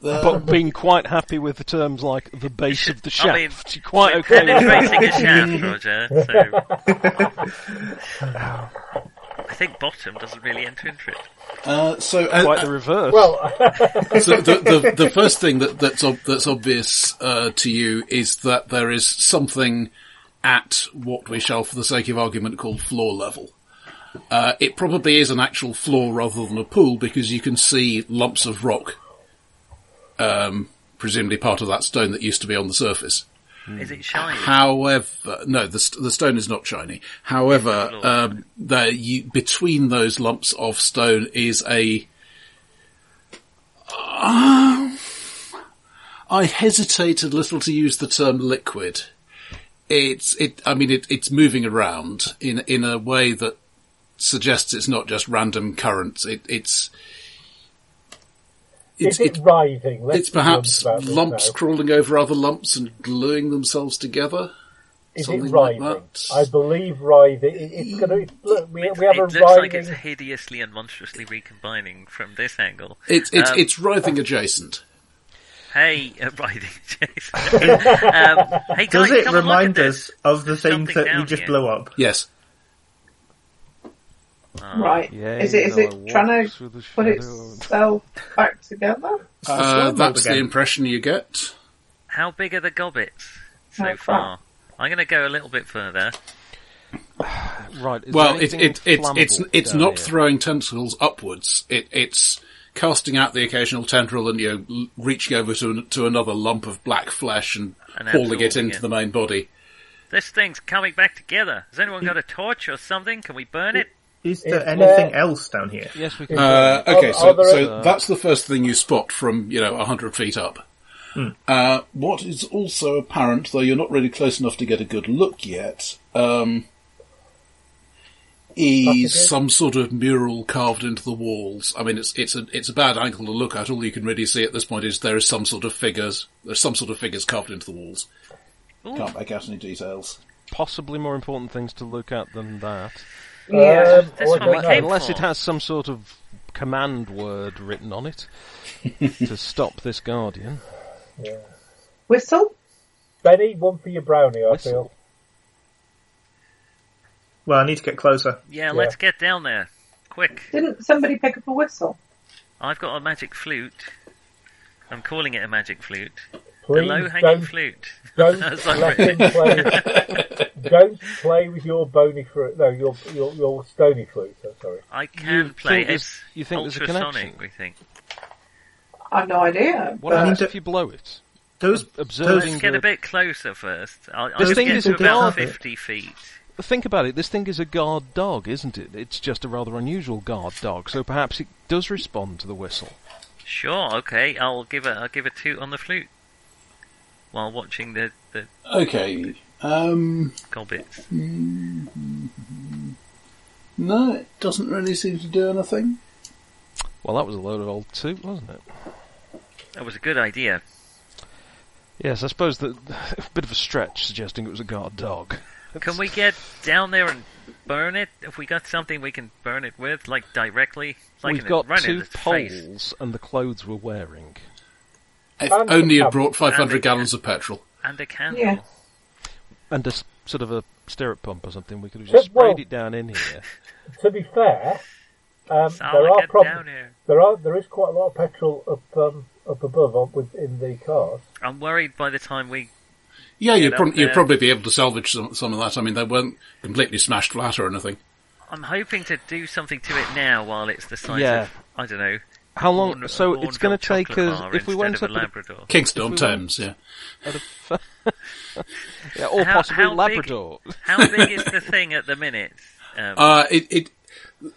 Uh,
But being quite happy with the terms like the base of the shaft.
I mean,
You're quite
we're
okay with that.
penetrating a shaft, Roger. So I think bottom doesn't really enter into it.
uh, so, uh,
Quite the reverse.
Well,
so the, the the first thing that that's ob- that's obvious uh, to you is that there is something at what we shall, for the sake of argument, call floor level. Uh, it probably is an actual floor rather than a pool because you can see lumps of rock, um, presumably part of that stone that used to be on the surface.
Is it shiny?
However, no, the, st- the stone is not shiny. However, um, there you, between those lumps of stone is a. Um, I hesitate a little to use the term liquid. It's it. I mean, it, it's moving around in in a way that suggests it's not just random currents. It, it's
is it rising? Let's
it's
be
perhaps
honest about this
lumps
now.
crawling over other lumps and gluing themselves together.
Is it
something like
writhing?
that.
I believe writhing. It, it's going to. Look, we, we have
it
a
looks like it's
writhing.
hideously and monstrously recombining from this angle.
It's it's
Um,
it's writhing adjacent.
Hey, uh, writhing adjacent. um, hey,
Does it
guys, come and look
remind
at
us
this.
of the
There's
thing
something
that we
down
just
here.
blew up?
Yes.
right.
Yay,
is it is
though
it
I
trying
walks
to
with the
put
shadow.
itself back together?
Uh, that's the
again.
impression you get.
How big are the gobbets so
Oh, crap.
far? I'm going to go a little bit further.
Right. is
well,
there
it,
anything
it, it's it's
flammable
it's
down
not
here?
throwing tentacles upwards. It it's casting out the occasional tendril and you know, l- reaching over to to another lump of black flesh and,
And
hauling it
absorbing
into
it.
the main body.
This thing's coming back together. Has anyone got a torch or something? Can we burn it? uh,
Is there
Is
anything
there-
else down here?
Yes, we can.
Uh,
Are-
okay,
are
so,
there-
so that's the first thing you spot from, you know, 100 feet up. Uh, what is also apparent, though you're not really close enough to get a good look yet, um, is
Sausages?
some sort of mural carved into the walls. I mean, it's it's a it's a bad angle to look at. All you can really see at this point is there is some sort of figures. There's some sort of figures carved into the walls.
Ooh.
Can't make out any details.
Possibly more important things to look at than that.
Yeah.
Um,
That's
oh, I
what we
don't know.
came
Unless
for.
it has some sort of command word written on it to stop this guardian.
Whistle?
Benny, one for your brownie, I feel.
Whistle.
Well, I need to get closer.
Yeah, let's get down there. Quick.
Didn't somebody pick up a whistle?
I've got a magic flute. I'm calling it a magic flute. the
Please
low hanging
don't,
flute.
don't
That's what I
let him
wrote.
play. don't play with your bony fruit. No, your your your stony fruit. I'm sorry.
I can
You
play
think
it.
there's- you think there's a
ultrasonic,
connection?
we think.
I've no idea.
What
but-
happens
Uh,
if you blow it?
Those
Observing
Let's get
the-
a bit closer first. I'll, I'll
This
just
thing
get
is
to
a
about
guard.
50 feet.
Think about it. This thing is a guard dog, isn't it? It's just a rather unusual guard dog, so perhaps it does respond to the whistle.
Sure, okay. I'll give a, I'll give a toot on the flute while watching the, the
Okay. Um,
gobbets.
no, it doesn't really seem to do anything.
Well, that was a load of old toot, wasn't it?
That was a good idea.
Yes, I suppose that a bit of a stretch suggesting it was a guard dog.
Can we get down there and burn it? If we got something we can burn it with, like directly, like
We've
in
got
run in
two
its face.
poles and the clothes we're wearing.
If
Um,
only you
um,
brought 500
Andy.
gallons of petrol.
and a candle.
Yeah.
and a s- sort of a stirrup pump or something. We could have
But,
just sprayed
well-
it down in here.
To be fair, um,
So
there
I'll
are
get down
problems.
here.
There are there is quite a lot of petrol up um, up above up within the cars.
I'm worried by the time we.
Yeah, you'd,
up
prob-
there.
you'd probably be able to salvage some, some of that. I mean, they weren't completely smashed flat or anything.
I'm hoping to do something to it now while it's the size
Yeah.
of I don't know.
How long?
Warn-
so it's going to
Warnville
take
chocolate
us
bar
if we
instead
went
of a
up at, a-
Labrador.
Kingston on
we
Thames, yeah.
at a f- yeah, or
How-
possibly
how big-
Labrador.
How big is the thing at the minute? Um,
Uh, it, it,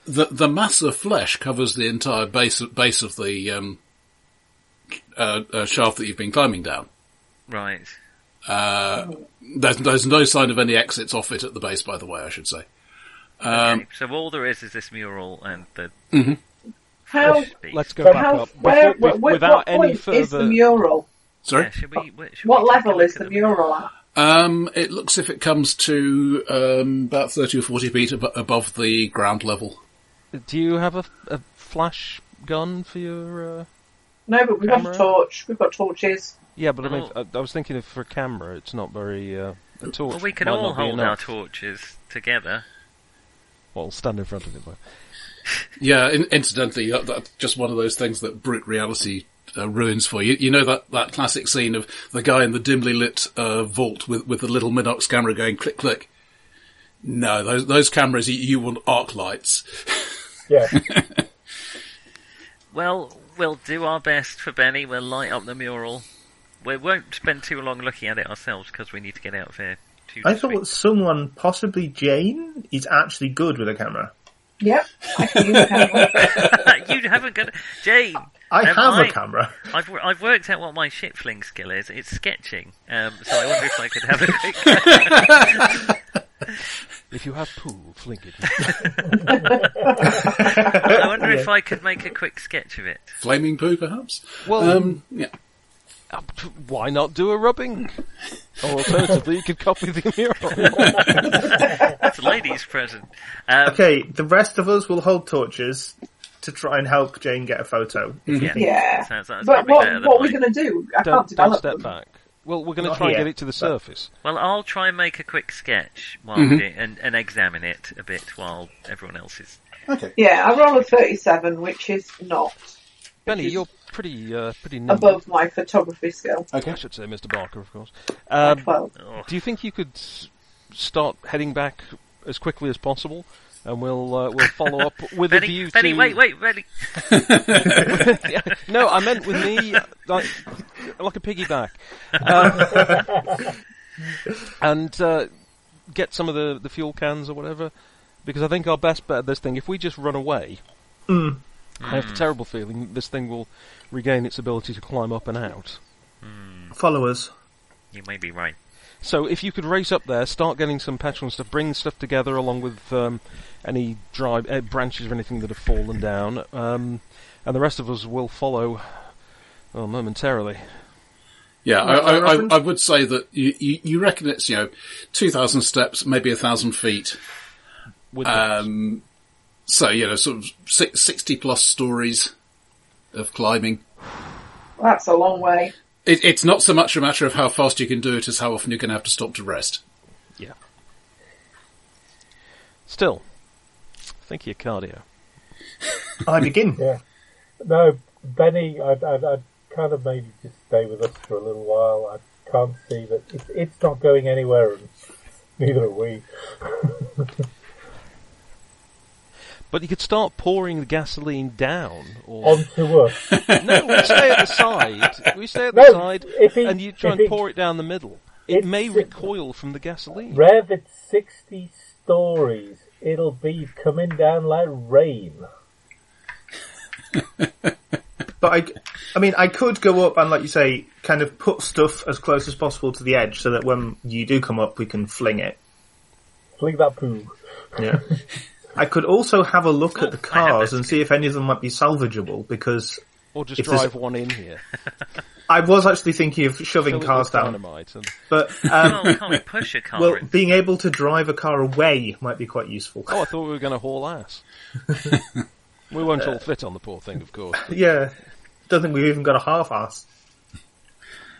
the, the mass of flesh covers the entire base, of- base of the, um, uh, uh, shaft that you've been climbing down.
right.
There's, there's no sign of any exits off it at the base, by the way, I should say. um,
okay. So all there is is this mural and the
How,
piece.
Let's go
so
back
how,
up
where,
Before-
where,
be-
what
without
point
any
is the
further.
mural?
Sorry?
Yeah, should we, wh- should
What
we take a
level
look
is
at
the mural at?
Um, it looks if it comes to, um, about 30 or 40 feet ab- above the ground level.
Do you have a, a flash gun for your? Uh...
No, but we've got
Camera?
a torch. We've got torches.
Yeah, but I mean,
Oh.
I, I was thinking if for a camera, it's not very. Uh, a torch
Well, we can
might
all
not be
hold our
enough.
torches together.
Well, stand in front of it. Though.
Yeah, in, incidentally, uh, that, that's just one of those things that brute reality uh, ruins for you. You know that, that classic scene of the guy in the dimly lit uh, vault with, with the little Minox camera going click click. No, those those cameras you, you want arc lights.
Yeah,
Well, we'll do our best for Benny. We'll light up the mural. We won't spend too long looking at it ourselves because we need to get out of here. Too
I
soon.
thought someone, possibly Jane, is actually good with a camera.
Yep. I can use a camera.
you haven't got Jane.
I
Am
have a
I-
camera.
I've wor- I've worked out what my shit fling skill is. It's sketching. Um, so I wonder if I could have a quick.
If you have poo, fling it.
I wonder if I could make a quick sketch of it.
Flaming poo, perhaps.
Well,
Um, yeah.
Uh, t- Why not do a rubbing? Or alternatively, you could copy the mural.
That's a ladies' present. Um,
Okay, the rest of us will hold torches to try and help Jane get a photo.
Yeah.
Yeah.
Mm-hmm.
Sounds- sounds
but
probably
what,
better than
what are we
mine.
going to do? I
Don't,
can't
don't
develop
step
them.
back. Well, we're going to
Not
try and
here,
get it to the
but-
surface.
Well, I'll try and make a quick sketch while
Mm-hmm.
we do, and, and examine it a bit while everyone else is.
Okay.
Yeah, I roll a 37, which is not
Benny, you're pretty uh, pretty nimble.
above my photography skill.
Okay.
I should say, Mr. Barker, of course.
by
Um,
12.
oh.
do you think you could s- start heading back as quickly as possible? And we'll uh, we'll follow up with a
Benny,
view
Benny,
to
wait, wait, Benny.
no, I meant with me, like, like a piggyback. Um, and uh, get some of the, the fuel cans or whatever, because I think our best bet at this thing, if we just run away, I have a terrible feeling that this thing will regain its ability to climb up and out.
Follow us.
You may be right.
So if you could race up there, start getting some petrol and stuff, bring stuff together along with um, any dry uh, branches or anything that have fallen down, um, and the rest of us will follow well, momentarily.
Yeah, I,
Well,
I, I,
Reverend?
I would say that you, you, you reckon it's, you know, 2,000 steps, maybe 1,000 feet.
With
Um, so, you know, sort of six, 60 plus stories of climbing.
That's a long way.
It, it's not so much a matter of how fast you can do it as how often you're going to have to stop to rest.
Yeah. Still, think of your cardio.
I begin.
Yeah. No, Benny, I'd, I'd, I'd kind of maybe just stay with us for a little while. I can't see that it's, it's not going anywhere, and neither are we.
But you could start pouring the gasoline down, or
Onto us.
no, we stay at the side. We stay at the
No,
side,
if he-
and you try
if
and
he-
pour it down the middle. It
It's-
may recoil from the gasoline.
Rev, it's 60 stories. It'll be coming down like rain.
But I, I mean, I could go up and, like you say, kind of put stuff as close as possible to the edge so that when you do come up, we can fling it.
Fling that poo.
Yeah. I could also have a look at the
I have
cars and see if any of them might be salvageable because
Or just
If there's-
drive one in here,
I was actually thinking of
fill
shoving
it with
cars down.
dynamite, and
But,
Oh,
um,
I can't push a car.
well,
in.
being able to drive a car away might be quite useful.
oh, I thought we were going to haul ass. we won't all fit on the poor thing, of course.
Yeah. Don't think we've even got a half ass.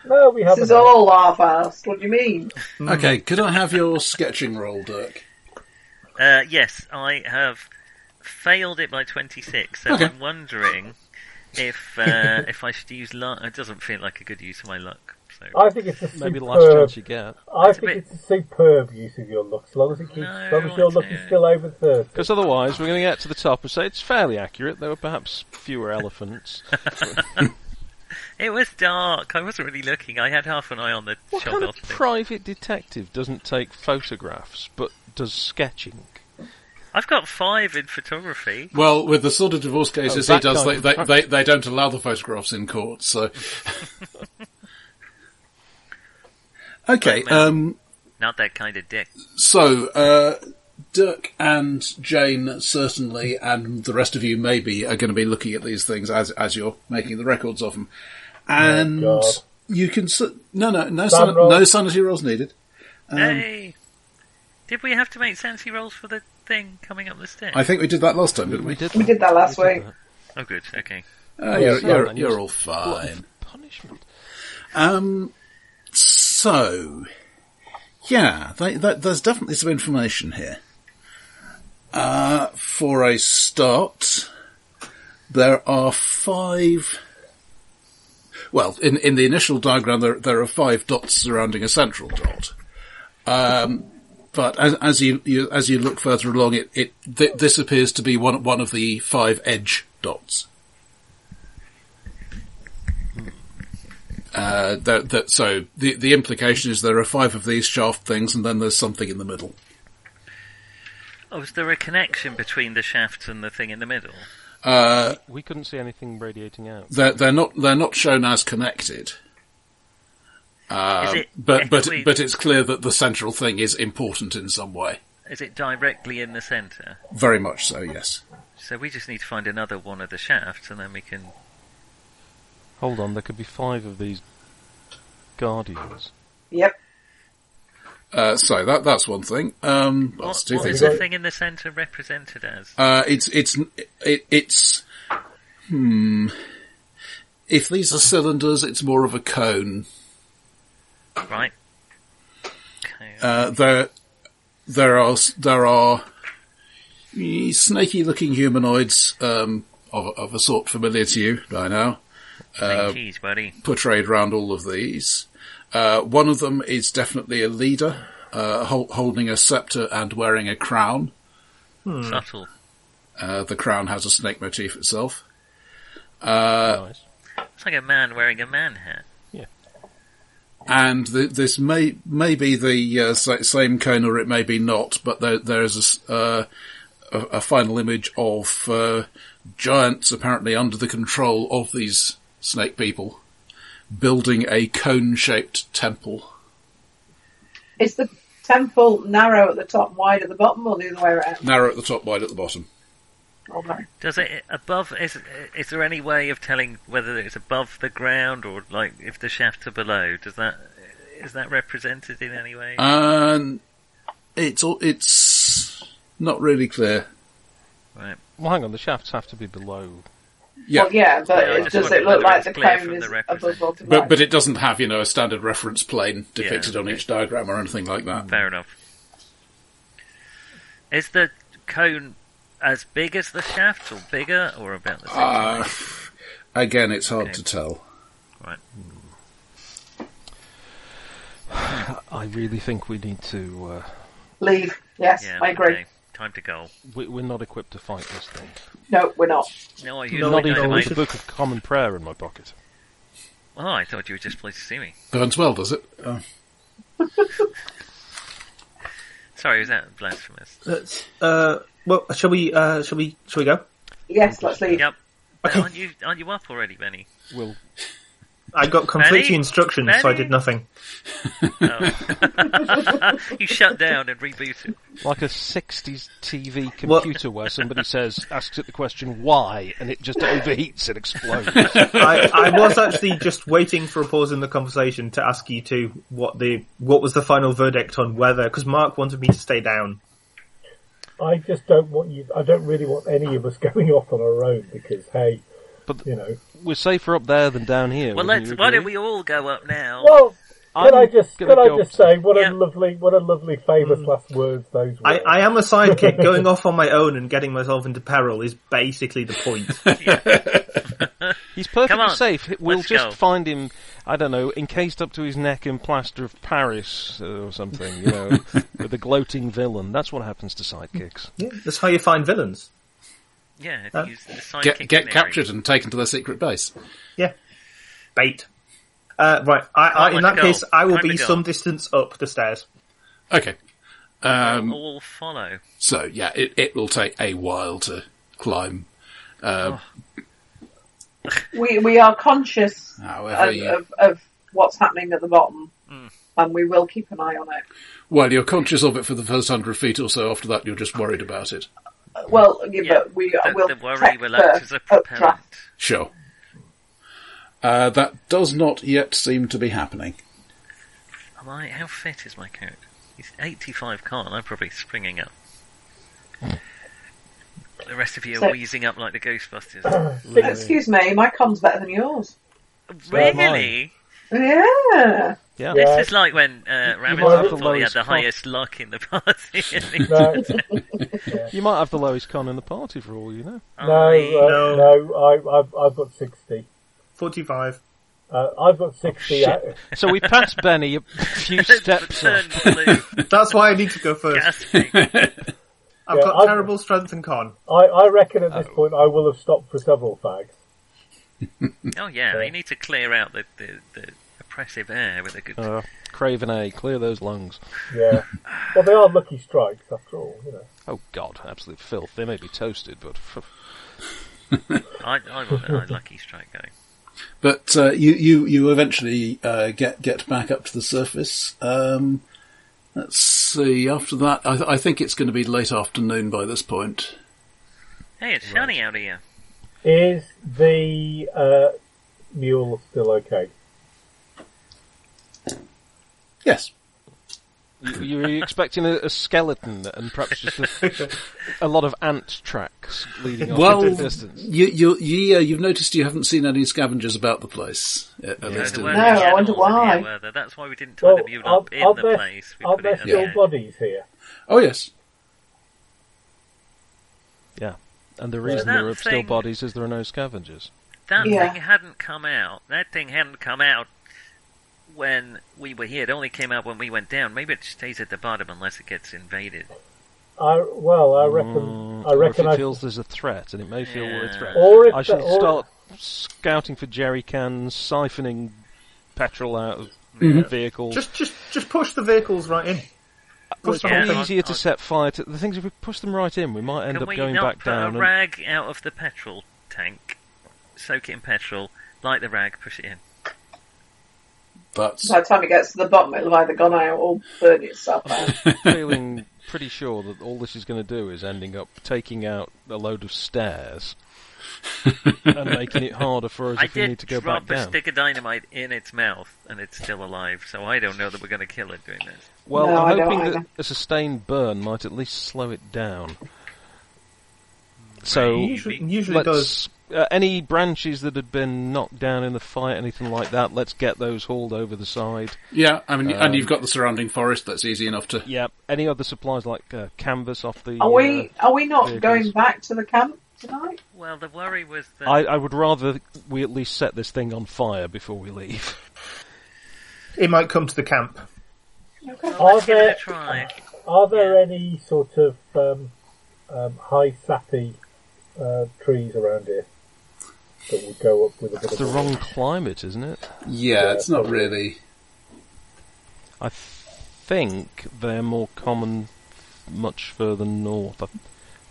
No, we
This
haven't.
is all half-assed. What do you mean?
Okay, could I have your sketching roll, Dirk?
Uh, yes, I have failed it by 26, so
Okay.
I'm wondering if uh, if I should use luck. It doesn't feel like a good use of my luck. So
I think it's a
Maybe
superb.
the last chance you get,
I
It's
think
a bit-
it's a superb use of your luck, as long as it keeps,
No,
as long as your
I
luck
don't.
is still over thirty.
because otherwise we're going to get to the top and say it's fairly accurate. There were perhaps fewer elephants.
it was dark. I wasn't really looking. I had half an eye on the
What
shot
kind
off
of
thing.
private detective doesn't take photographs but does sketching?
I've got five in photography.
Well, with the sort of divorce cases he
that
does, they,
kind
they,
of-
they, they don't allow the photographs in court, so. okay, um,
Not that kind of dick.
so, uh, Dirk and Jane certainly, and the rest of you maybe, are going to be looking at these things as, as you're making the records of them. And
God.
you can, s- no, no, no,
Bad
san-
roll.
no sanity rolls needed. Um,
hey! Did we have to make sanity rolls for the thing coming up the stairs?
I think we did that last time, didn't we?
did.
We did that last week.
Oh, good. Okay.
Uh, you're,
so-
you're,
and
you're
you're-
all fine.
Punishment.
Um, so, yeah, they, they, there's definitely some information here. Uh, for a start, there are five. Well, in, in the initial diagram, there, there are five dots surrounding a central dot. Um, but as, as you, you as you look further along, it, it th- this appears to be one one of the five edge dots. Uh, that, that, so the the implication is there are five of these shaft things, and then there's something in the middle.
Oh, is there a connection between the shaft and the thing in the middle?
Uh,
We couldn't see anything radiating out.
they're, they're not they're not shown as connected, Uh,
is it
but but
equi-
but it's clear that the central thing is important in some way.
is it directly in the centre?
Very much so. Yes.
So we just need to find another one of the shafts, and then we can.
Hold on, there could be five of these guardians.
Yep.
Uh, so that that's one thing. Um, well,
What,
it's two
what is
things.
the
Right.
thing in the centre represented as?
Uh, it's it's it, it's hmm. If these are cylinders, it's more of a cone.
Right. Okay.
Uh, there, there are s- there are snaky-looking humanoids um, of of a sort familiar to you by now,
Hey, Jeez, buddy.
portrayed around all of these. Uh, one of them is definitely a leader, uh, hol- holding a scepter and wearing a crown.
Subtle.
Uh, the crown has a snake motif itself. Uh,
nice.
It's like a man wearing a man hat.
and th this may may be the uh, sa- same cone or it may be not, but there there is a, s- uh, a, a final image of uh, giants apparently under the control of these snake people building a cone-shaped temple.
Is the temple narrow at the top, wide at the bottom, or the other way around?
Narrow at the top, wide at the bottom.
Oh, no.
Does it above? Is is there any way of telling whether it's above the ground or like if the shafts are below? Does that is that represented in any way?
Uh, And it's all, it's not really clear.
right.
Well, hang on. The shafts have to be below.
Yeah.
Well, yeah, but
Yeah, I
it-
just
does
wondered
it look
whether
like
it's
the
clear
cone
from
is
the
above or below?
But but it doesn't have you know a standard reference plane depicted on
okay.
each diagram or anything like that.
Fair enough. Is the cone as big as the shaft, or bigger, or about the same?
Uh, again, it's hard
Okay.
to tell.
I really think we need to. Uh,
Leave. Yes,
yeah,
I agree.
okay. Time to go.
we, we're not equipped to fight this thing.
No, we're not.
No, I
not
usually
even
know my...
with the Book of Common Prayer in my pocket.
Oh, I thought you were just pleased to see me.
Burns well, does it? Uh,
Sorry, was that blasphemous?
Let's, uh, well, shall we? Uh, shall we? Shall we go?
Yes, let's leave.
Yep. Aren't you aren't you up already, Benny?
We'll
I got completely
Ready?
instructions, so I
Ready?
did nothing.
You shut down and rebooted.
like a '60s TV
What?
computer where somebody says asks it the question why, and it just overheats and explodes.
I, I was actually just waiting for a pause in the conversation to ask you two what the what was the final verdict on whether because Mark wanted me to stay down.
I just don't want you. I don't really want any of us going off on our own because, hey,
But-
you know.
we're safer up there than down here.
Well,
wouldn't
let's.
you
Why
agree?
don't we all go up now?
Well, can
I'm
i just
gonna
can I
go
just
up
say what
Yeah. Mm.
a lovely what a lovely famous last words those were.
I, I am a sidekick. Going off on my own and getting myself into peril is basically the point.
He's perfectly
Come on,
safe. We'll
let's
just
go.
find him. I don't know, encased up to his neck in plaster of Paris uh, or something. You know, with a gloating villain. That's what happens to sidekicks.
Yeah, that's how you find villains.
yeah,
Uh,
use the
get
sidekick
get
canary.
captured and taken to their secret base.
Yeah, bait. Uh, right. I, I,
Time
in
to
that
go.
case, I will
Time to
be
go.
some distance up the stairs.
Okay, um,
all follow.
so yeah, it, it will take a while to climb.
We we are conscious
However,
of,
you,
of, of what's happening at the bottom,
Mm.
and we will keep an eye on it.
well, you're conscious of it for the first hundred feet or so. After that, you're just worried about it.
Well, yeah,
Yeah,
but we
the,
will
the worry
protect
will act
the
as a propellant.
updraft.
Sure. Uh, that does not yet seem to be happening.
Am I? How fit is my character? He's 85 can't. I'm probably springing up. The rest of you are
So-
wheezing up like the Ghostbusters.
Excuse me, my com's better than yours.
really?
Yeah.
Yeah.
Yeah.
This is like when uh,
might have
Rabbit
the
thought he had
lowest
the
con.
highest luck in the party.
no,
You might have the lowest con in the party for all you know.
no,
I-
uh, no. I, I've I've got sixty.
45.
Uh, I've
Oh,
got sixty. uh,
So we passed Benny a few steps
Turn
up.
blue,
That's why I need to go first.
gasping.
I've
Yeah,
got
I've-
terrible strength and con.
I, I reckon at
Oh.
this point I will have stopped for several fags.
Oh yeah, they need to clear out the, the, the oppressive air with a good.
Uh, Craven A, clear those lungs.
Yeah. well, they are lucky strikes after all. You know.
Oh God, absolute filth. They may be toasted, but
I, I want a lucky strike going.
But uh, you you you eventually uh, get get back up to the surface. Um, let's see. After that, I, th- I think it's going to be late afternoon by this point.
Hey, it's shiny out here.
Is the uh, mule still okay?
Yes.
You, you were expecting a, a skeleton and perhaps just a, a lot of ant tracks leading off
Well,
into the distance.
you, you, you, uh, you've noticed you haven't seen any scavengers about the place. uh, At
No,
least
there
in
were
No, I
animals
wonder
in here,
why.
were there? That's why we didn't tie
Well,
the mule
are,
up in
are
the
there,
place. We
are
put
there
it in
still
the-
bodies here?
Oh, yes.
Yeah. And the reason
that
there are still
thing-
bodies is there are no scavengers.
That
Yeah.
thing hadn't come out. That thing hadn't come out when we were here. It only came out when we went down. Maybe it stays at the bottom unless it gets invaded.
I, well, I reckon.
Mm,
I
or
reckon.
if
I,
it feels there's a threat, and it may feel we're a threat.
Or if
I
the-
should
or-
start scouting for jerry cans, siphoning petrol out of
Mm-hmm.
vehicles.
Just, just, just push the vehicles right in.
Well, it's
Yeah,
probably
I'll-
easier to
I'll-
set fire to the things. If we push them right in, we might end
Can
up
we
going
not
back
put
down.
a
And,
rag out of the petrol tank, soak it in petrol, light the rag, push it in?
That's
By the time it gets to the bottom, it'll either gone out or burn itself out.
feeling pretty sure that all this is going to do is ending up taking out a load of stairs and making it harder for us
I
if we
did
need to go
drop
back
a
down.
stick of dynamite in its mouth, and it's still alive. So I don't know that we're going to kill it doing this.
Well,
No, I
I'm
don't
hoping that
either.
a sustained burn might at least slow it down. So
Usually, usually
let's
does.
uh, any branches that had been knocked down in the fight, anything like that. Let's get those hauled over the side.
yeah. I mean, and you've got the surrounding forest. That's easy enough to.
Yeah. Any other supplies like uh, canvas off the?
Are we
uh,
are we not
vehicles.
going back to the camp tonight?
Well, the worry was that
uh, I, I would rather we at least set this thing on fire before we leave.
It might come to the camp.
Well,
Are
Oh, let's give it
there-
a try.
Are there any sort of um, um, high sappy uh, trees around here that would go up with a bit
It's
of
the
wood?
wrong climate, isn't it?
Yeah, it's not really.
I think they're more common much further north. I,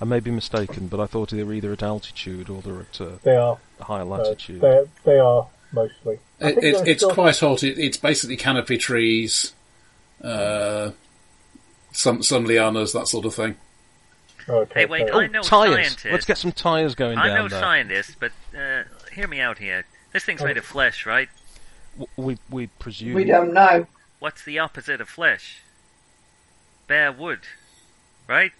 I may be mistaken, but I thought they were either at altitude or they're at uh,
They are.
high
Uh,
latitude.
they they are mostly. I
It,
think
it,
they're
it's
still-
quite hot. It, it's basically canopy trees, uh, some some lianas, that sort of thing.
Okay,
Hey, wait,
so-
oh,
I know a
tires!
scientist.
Let's get some tires going
I
down
know
there.
scientists, but uh, hear me out here. This thing's
Oh.
made of flesh, right?
W- We we presume.
We don't know.
What's the opposite of flesh? Bare wood, right?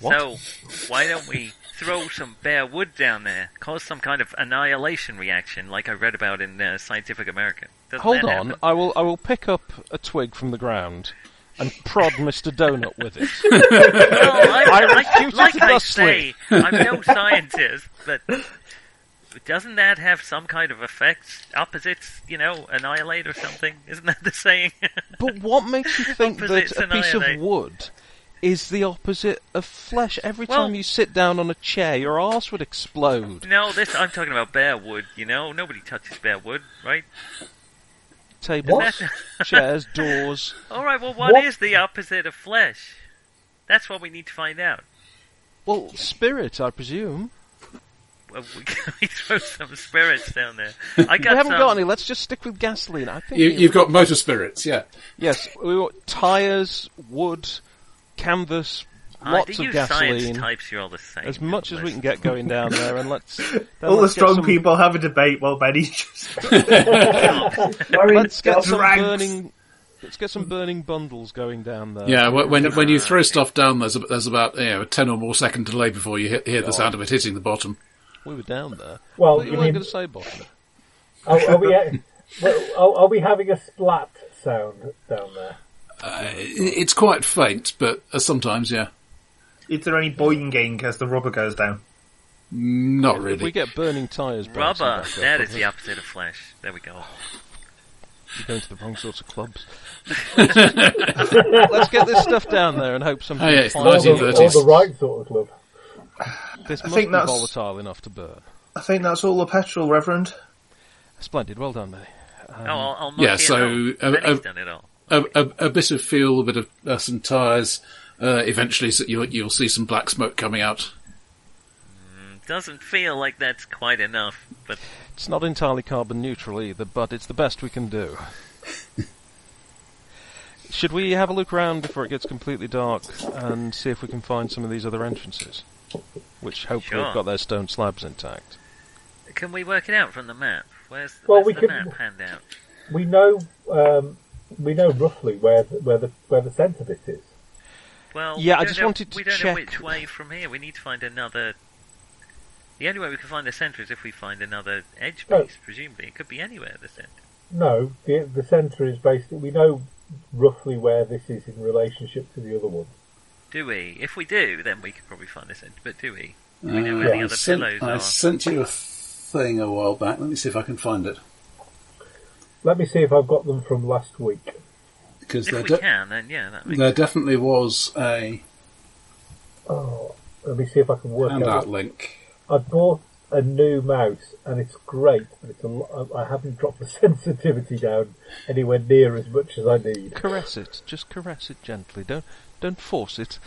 What?
So why don't we throw some bare wood down there, cause some kind of annihilation reaction, like I read about in uh, Scientific American? Doesn't
Hold
that
on,
happen?
I will I will pick up a twig from the ground and prod Mr. Donut with it.
Well, I,
I
like-
refuse to
like I
thusly.
say, I'm no scientist, but doesn't that have some kind of effect? Opposites, you know, annihilate or something? Isn't that the saying?
But what makes you think that
Opposites
a piece of
annihilate.
wood is the opposite of flesh? Every
Well-
time you sit down on a chair, your arse would explode.
no, this I'm talking about bare wood. You know, nobody touches bare wood, right?
Tables, chairs, doors.
All right. Well, what
What-
is the opposite of flesh? That's what we need to find out.
Well, spirit, I presume.
Well, we can we throw some spirits down there. I got
we haven't
some.
got any. Let's just stick with gasoline. I think.
You,
we-
you've got motor spirits, yeah.
yes, we want tires, wood, canvas,
Ah,
lots
do you
of
science
gasoline.
types, you're all the same.
As much as we
Listen.
can get going down there, and let's then
All the
let's get
strong
some-
people have a debate while Benny just
Worry,
Let's get
God.
some
Drags.
burning. Let's get some burning bundles going down there.
Yeah, wh- when when you throw stuff down, there's a, there's about you know, a ten or more second delay before you hit, hear the sound of it hitting the bottom.
We were down there.
Well,
you
you
weren't
mean-
going to say bottom.
Are, are we? ha- well, are, are we having a splat sound down there?
Uh, it- it's quite faint, but uh, sometimes, yeah,
Is there any boinging as the rubber goes down?
not
If we
really.
get burning tires, bouncing
Rubber.
back up,
That is the
we're
opposite of flesh. There we
Um,
go.
going to the wrong sorts of clubs. Let's get this stuff down there and hope something.
Oh, yeah, it's the
Or
finds
the,
1930s.
or the right sort of club.
it. This
I
must
think
be
that's-
volatile enough to burn.
I think that's all the petrol, Reverend.
Splendid. Well done, Benny.
Oh, I'll, I'll
yeah,
knock it
so,
out.
uh,
Benny's
uh,
done it all.
A, a, a bit of fuel, a bit of uh, some tires. Uh, eventually, so you'll, you'll see some black smoke coming out.
Doesn't feel like that's quite enough, but
It's not entirely carbon neutral either, but it's the best we can do. Should we have a look around before it gets completely dark and see if we can find some of these other entrances? Which hopefully
Sure.
have got their stone slabs intact.
can we work it out from the map? Where's,
Well,
where's
we
the
could-
map handout?
We know um, we know roughly where the, where the where the centre bit is.
Well,
Yeah,
we
I
don't
just
know-
wanted to
We don't
check-
know which way from here. We need to find another. The only way we can find the centre is if we find another edge
Oh.
piece. Presumably, it could be anywhere at the centre.
No, the the centre is basically we know roughly where this is in relationship to the other one.
Do we? If we do, then we could probably find the centre. But do we? we know where
yeah,
the
I
other
sent,
pillows
I
are.
uh, sent you a thing a while back. Let me see if I can find it
Let me see if I've got them from last week.
because
If
there,
we
de-
can, then yeah, that makes
there definitely was a
Oh, let me see if I can work
handout
out.
link.
I bought a new mouse and it's great, but it's a lot, I haven't dropped the sensitivity down anywhere near as much as I need.
Caress it. Just caress it gently. Don't don't force it.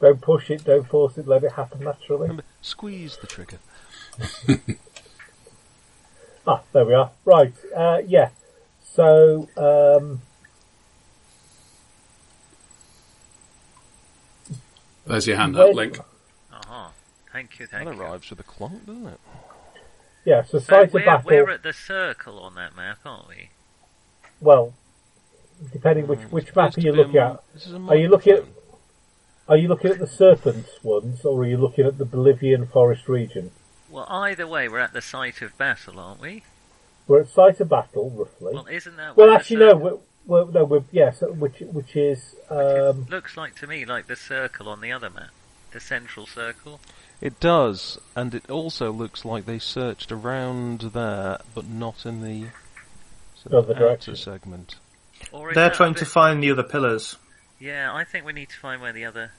Don't push it, don't force it, let it happen naturally.
Remember, squeeze the trigger.
Ah, there we are. Right, uh, yeah. So, um,
There's your handout
Where-
link.
Uh-huh. Thank you,
That
thank you.
arrives with a clunk, doesn't it?
yeah, so
So
site of
we're,
battle.
we're at the circle on that map, aren't we?
Well, depending which,
Hmm.
which map are you looking
um,
at. Are you looking at, are you looking at the serpents ones or are you looking at the Bolivian forest region?
Well, either way, we're at the site of battle, aren't we?
We're at site of battle, roughly.
Well, isn't that?
Well,
where the
actually, no.
circle-
We're, well, no, we're, yes, uh, which which is um,
Looks like to me like the circle on the other map, the central circle.
It does, and it also looks like they searched around there, but not in the sort of
Other
outer
direction.
segment.
Or is
They're
that a
trying to
bit-
find the other pillars.
Yeah, I think we need to find where the other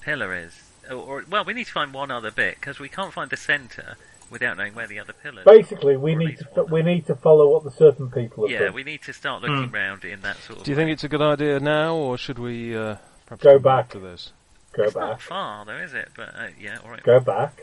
pillar is. Or, or well, we need to find one other bit because we can't find the centre without knowing where the other pillar.
basically we
or at
need
least
to
one of
we need to follow what the serpent people have
Yeah,
done.
we need to start looking round in that sort of.
Hmm. Do you
way.
think it's a good idea now, or should we uh, perhaps
Go
come
back.
to this?
Go
it's not
back,
far though, is it? But uh, yeah, all right,
go back.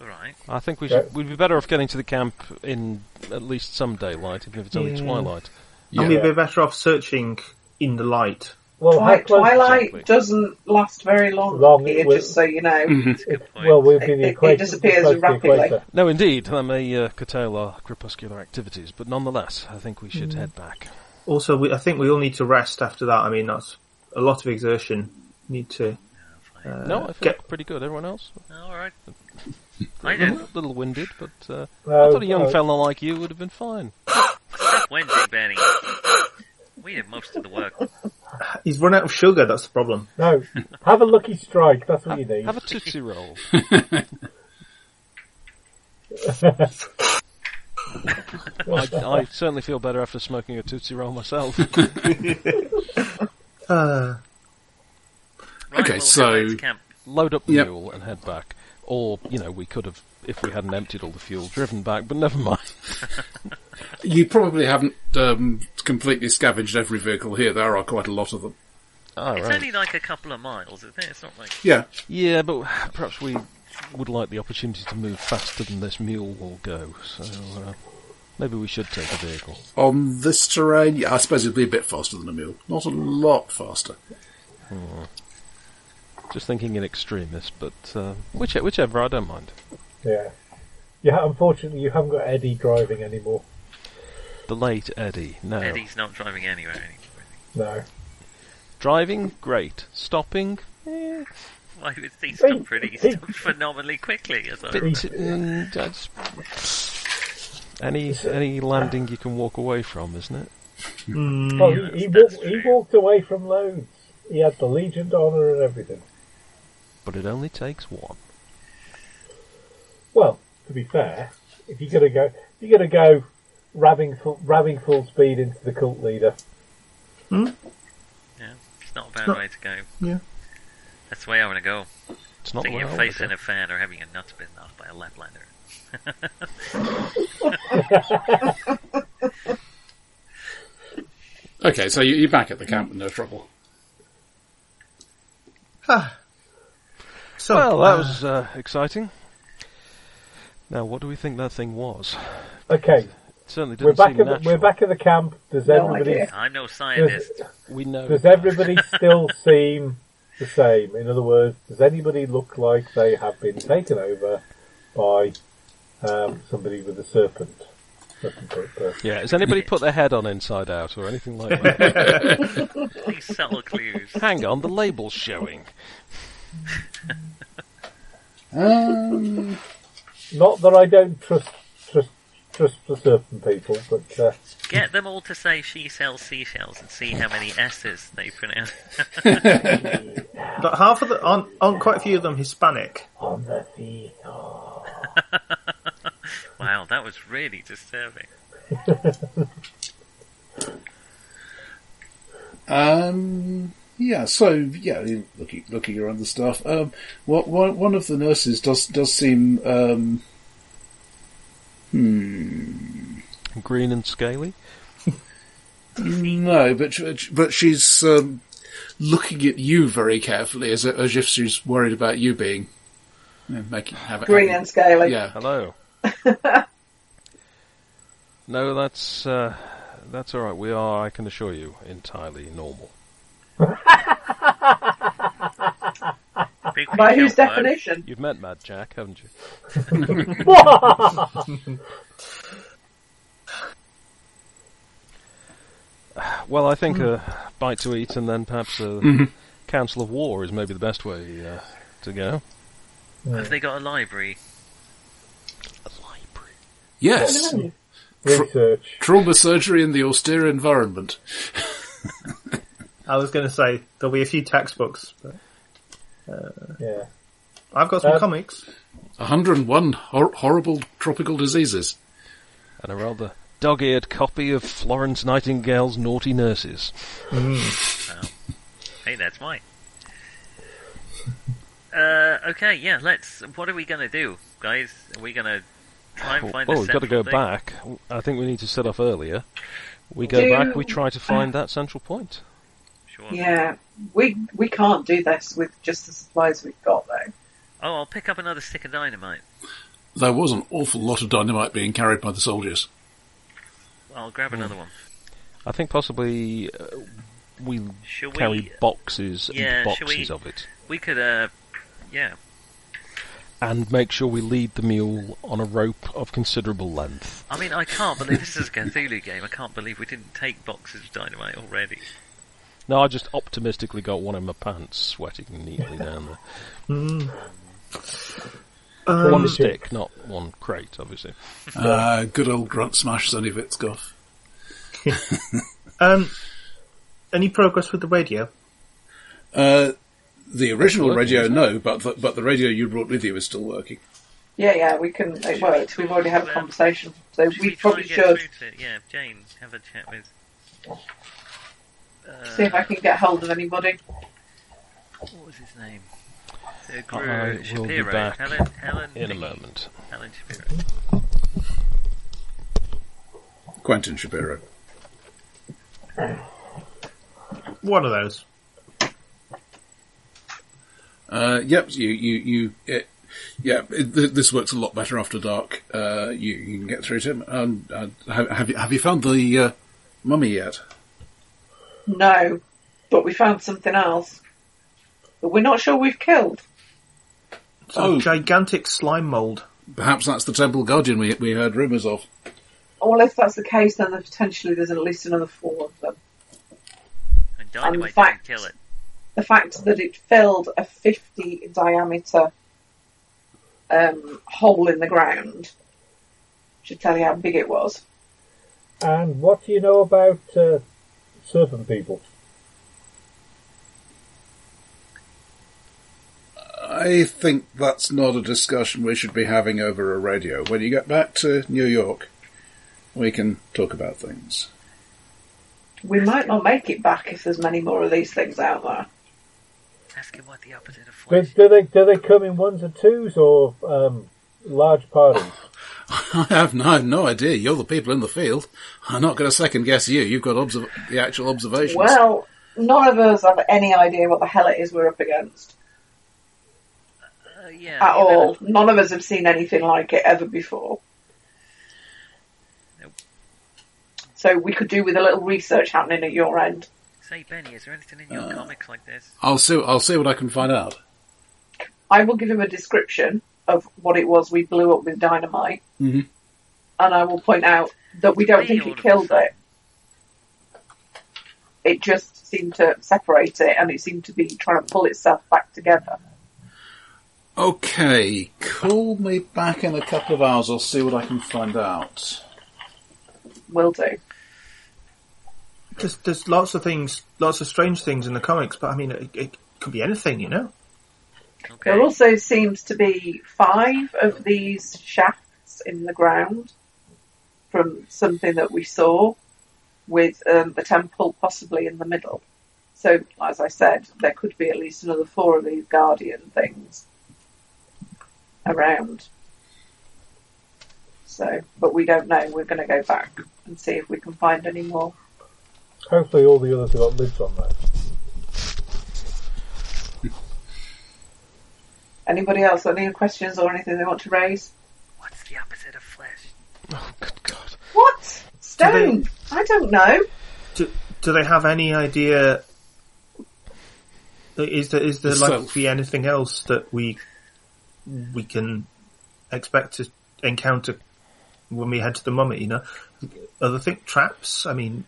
all right.
I think we
Yeah.
should. We'd be better off getting to the camp in at least some daylight, even if it's only
Yeah.
twilight.
And
Yeah.
we'd be better off searching in the light.
Well, how
Twilight,
close-
Twilight
exactly.
doesn't last very long,
Long,
here,
it will-
just so you know.
That's a good point.
Well, we'll be
It-
the
it
equator.
disappears
close to the
rapidly.
equator.
No, indeed, that may uh, curtail our crepuscular activities, but nonetheless, I think we should
Mm.
head back.
Also, we, I think we all need to rest after that. I mean, that's a lot of exertion. Need to uh,
no, I feel
get
pretty good. Everyone else,
all right. I
a
don't
little, little winded, but uh, I
No,
thought a young
no.
fella like you would have been fine.
Stop whinging, Benny. We did most of the work.
He's run out of sugar. That's the problem.
No, have a lucky strike. That's what you need.
Have a tootsie roll. I, I certainly feel better after smoking a tootsie roll myself.
Uh,
Right,
Okay,
we'll
so-
head back to camp.
Load up the
Yep.
mule and head back, or you know, we could have, if we hadn't emptied all the fuel, driven back. But never mind.
You probably haven't um, completely scavenged every vehicle here. There are quite a lot of them.
All
It's
right.
only like a couple of miles, isn't it? It's not like
Yeah,
Yeah, but perhaps we would like the opportunity to move faster than this mule will go. So uh, maybe we should take a vehicle.
on this terrain, yeah, I suppose it'd be a bit faster than a mule. Not a lot faster.
Just thinking in extremis, but uh, which, whichever, I don't mind.
Yeah, yeah. Unfortunately, you haven't got Eddie driving anymore.
The late Eddie. No.
Eddie's not driving anywhere anymore.
No,
Driving, great. Stopping, eh,
Why would he stop pretty stop phenomenally quickly? As I
bit, um, that's- any any landing you can walk away from, isn't it?
well, he, he,
that's
walked, he
true.
walked away from loads. He had the Legion honour and everything.
But it only takes one.
Well, to be fair, if you're gonna go, if you're gonna go ramming full, ramming full speed into the cult leader.
yeah, it's not a bad way to go.
yeah.
That's the way I want to go.
It's not the
Think
way
you're
I wanna
facing
go.
a fan or having your nuts bitten off by a Laplander.
Okay, so you- you're back at the camp with no trouble.
So
Well,
Ah.
that
uh,
was uh, exciting. Now, what do we think that thing was?
Okay,
It certainly
we're
didn't
back
seem
at the,
natural.
we're back at the camp. Does
No
everybody
idea.
I'm no
does,
scientist.
We know.
does everybody still seem the same? In other words, does anybody look like they have been taken over by um, somebody with a serpent? looking for it first.
Yeah, has anybody put their head on inside out or anything like that?
These subtle clues.
Hang on, the label's showing.
Um,
Not that I don't trust trust trust for certain people, but uh,
Get them all to say she sells seashells and see how many S's they pronounce.
But half of the aren't, aren't quite a few of them Hispanic.
on the seesaw.
wow, that was really disturbing.
Um, yeah, so yeah, you- looking looking around the staff. Um, what one one of the nurses does does seem um,
Green and scaly.
no, but sh- but she's um, looking at you very carefully as as if she's worried about you being you know, making havoc.
Green and scaly.
Yeah,
Hello. no, that's uh, that's all right. We are, I can assure you, entirely normal.
Big
By
big
whose
help, though.
definition?
You've met Mad Jack, haven't you? Well, I think a bite to eat and then perhaps a council of war is maybe the best way uh, to go.
Have they got a library?
yes,
Research.
trauma surgery in the austere environment.
I was going to say there'll be a few textbooks. But
Yeah.
I've got some
Um,
comics.
101 hor- horrible tropical diseases.
And a rather dog-eared copy of Florence Nightingale's Naughty Nurses.
Hey, that's mine. Uh, okay, yeah, let's. What are we gonna do, guys? Are we gonna try and
Well,
find a
we've got to
central
oh, go
thing?
back. I think we need to set off earlier. We go
Do-
back, we try to find that central point.
Sure.
Yeah, we we can't do this with just the supplies we've got though.
Oh, I'll pick up another stick of dynamite.
There was an awful lot of dynamite being carried by the soldiers.
I'll grab another one.
I think possibly uh, we
Shall we?
carry boxes
Yeah,
and
shall we-
boxes of it.
We could. Uh, yeah.
And make sure we lead the mule on a rope of considerable length.
I mean, I can't believe this is a Cthulhu game. I can't believe we didn't take boxes of dynamite already.
No, I just optimistically got one in my pants, sweating neatly down there. one stick, not one crate, obviously.
Uh, good old grunt smash Sonny Vitskoff.
Um, any progress with the radio?
Uh, the original
working,
radio,
isn't
no, but the, but the radio you brought with you is still working.
Yeah, yeah, we can. It works. We've already had a conversation, so
Should
we
try
probably
and get
should
through to? Yeah, Jane, have a chat with. Uh,
see if I can get hold of anybody.
What was his name? Uh,
I will
Gru
be
Shapiro.
back
Helen, Helen,
In a moment.
Helen Shapiro.
Quentin Shapiro.
One of those.
Uh, yep, you you you. It, yeah, it, th- this works a lot better after dark. Uh, you, you can get through to him. Um, uh, have, have you have you found the uh, mummy yet?
No, but we found something else that we're not sure we've killed.
Some
Oh.
gigantic slime mold.
Perhaps that's the temple guardian we we heard rumours of.
Well, if that's the case, then potentially there's at least another four of them.
And dynamite didn't
fact-
kill it.
The fact that it filled a 50 diameter um, hole in the ground should tell you how big it was.
And what do you know about uh, serpent people?
I think that's not a discussion we should be having over a radio. When you get back to New York, we can talk about things.
We might not make it back if there's many more of these things out there.
Ask him what the opposite of
Do,
flesh.
do they do they come in ones and twos or um, large parties?
I have no, I have no idea. You're the people in the field. I'm not going to second guess you. You've got observ- the actual observations.
Well, none of us have any idea what the hell it is we're up against
Uh, yeah,
at
you know,
all. None of us have seen anything like it ever before.
Nope.
So we could do with a little research happening at your end.
Say, Benny, is there anything in your comics like this?
I'll see. I'll see what I can find out.
I will give him a description of what it was we blew up with dynamite,
Mhm.
and I will point out that we don't think it killed it. It just seemed to separate it, and it seemed to be trying to pull itself back together.
Okay, call me back in a couple of hours. I'll see what I can find out.
Will do.
There's, there's lots of things, lots of strange things in the comics, but I mean, it, it could be anything, you know.
There also seems to be five of these shafts in the ground from something that we saw with um, the temple possibly in the middle. So, as I said, there could be at least another four of these guardian things around. So, but we don't know. We're going to go back and see if we can find any more.
Hopefully, all the others have got lids on there.
Anybody else got any questions or anything they want to raise?
What's the opposite of flesh?
Oh, good God.
What? Stone? I don't know.
Do, do they have any idea? Is there is there
It's
likely
self.
to be anything else that we we can expect to encounter when we head to the mummy? You know, other thing traps. I mean,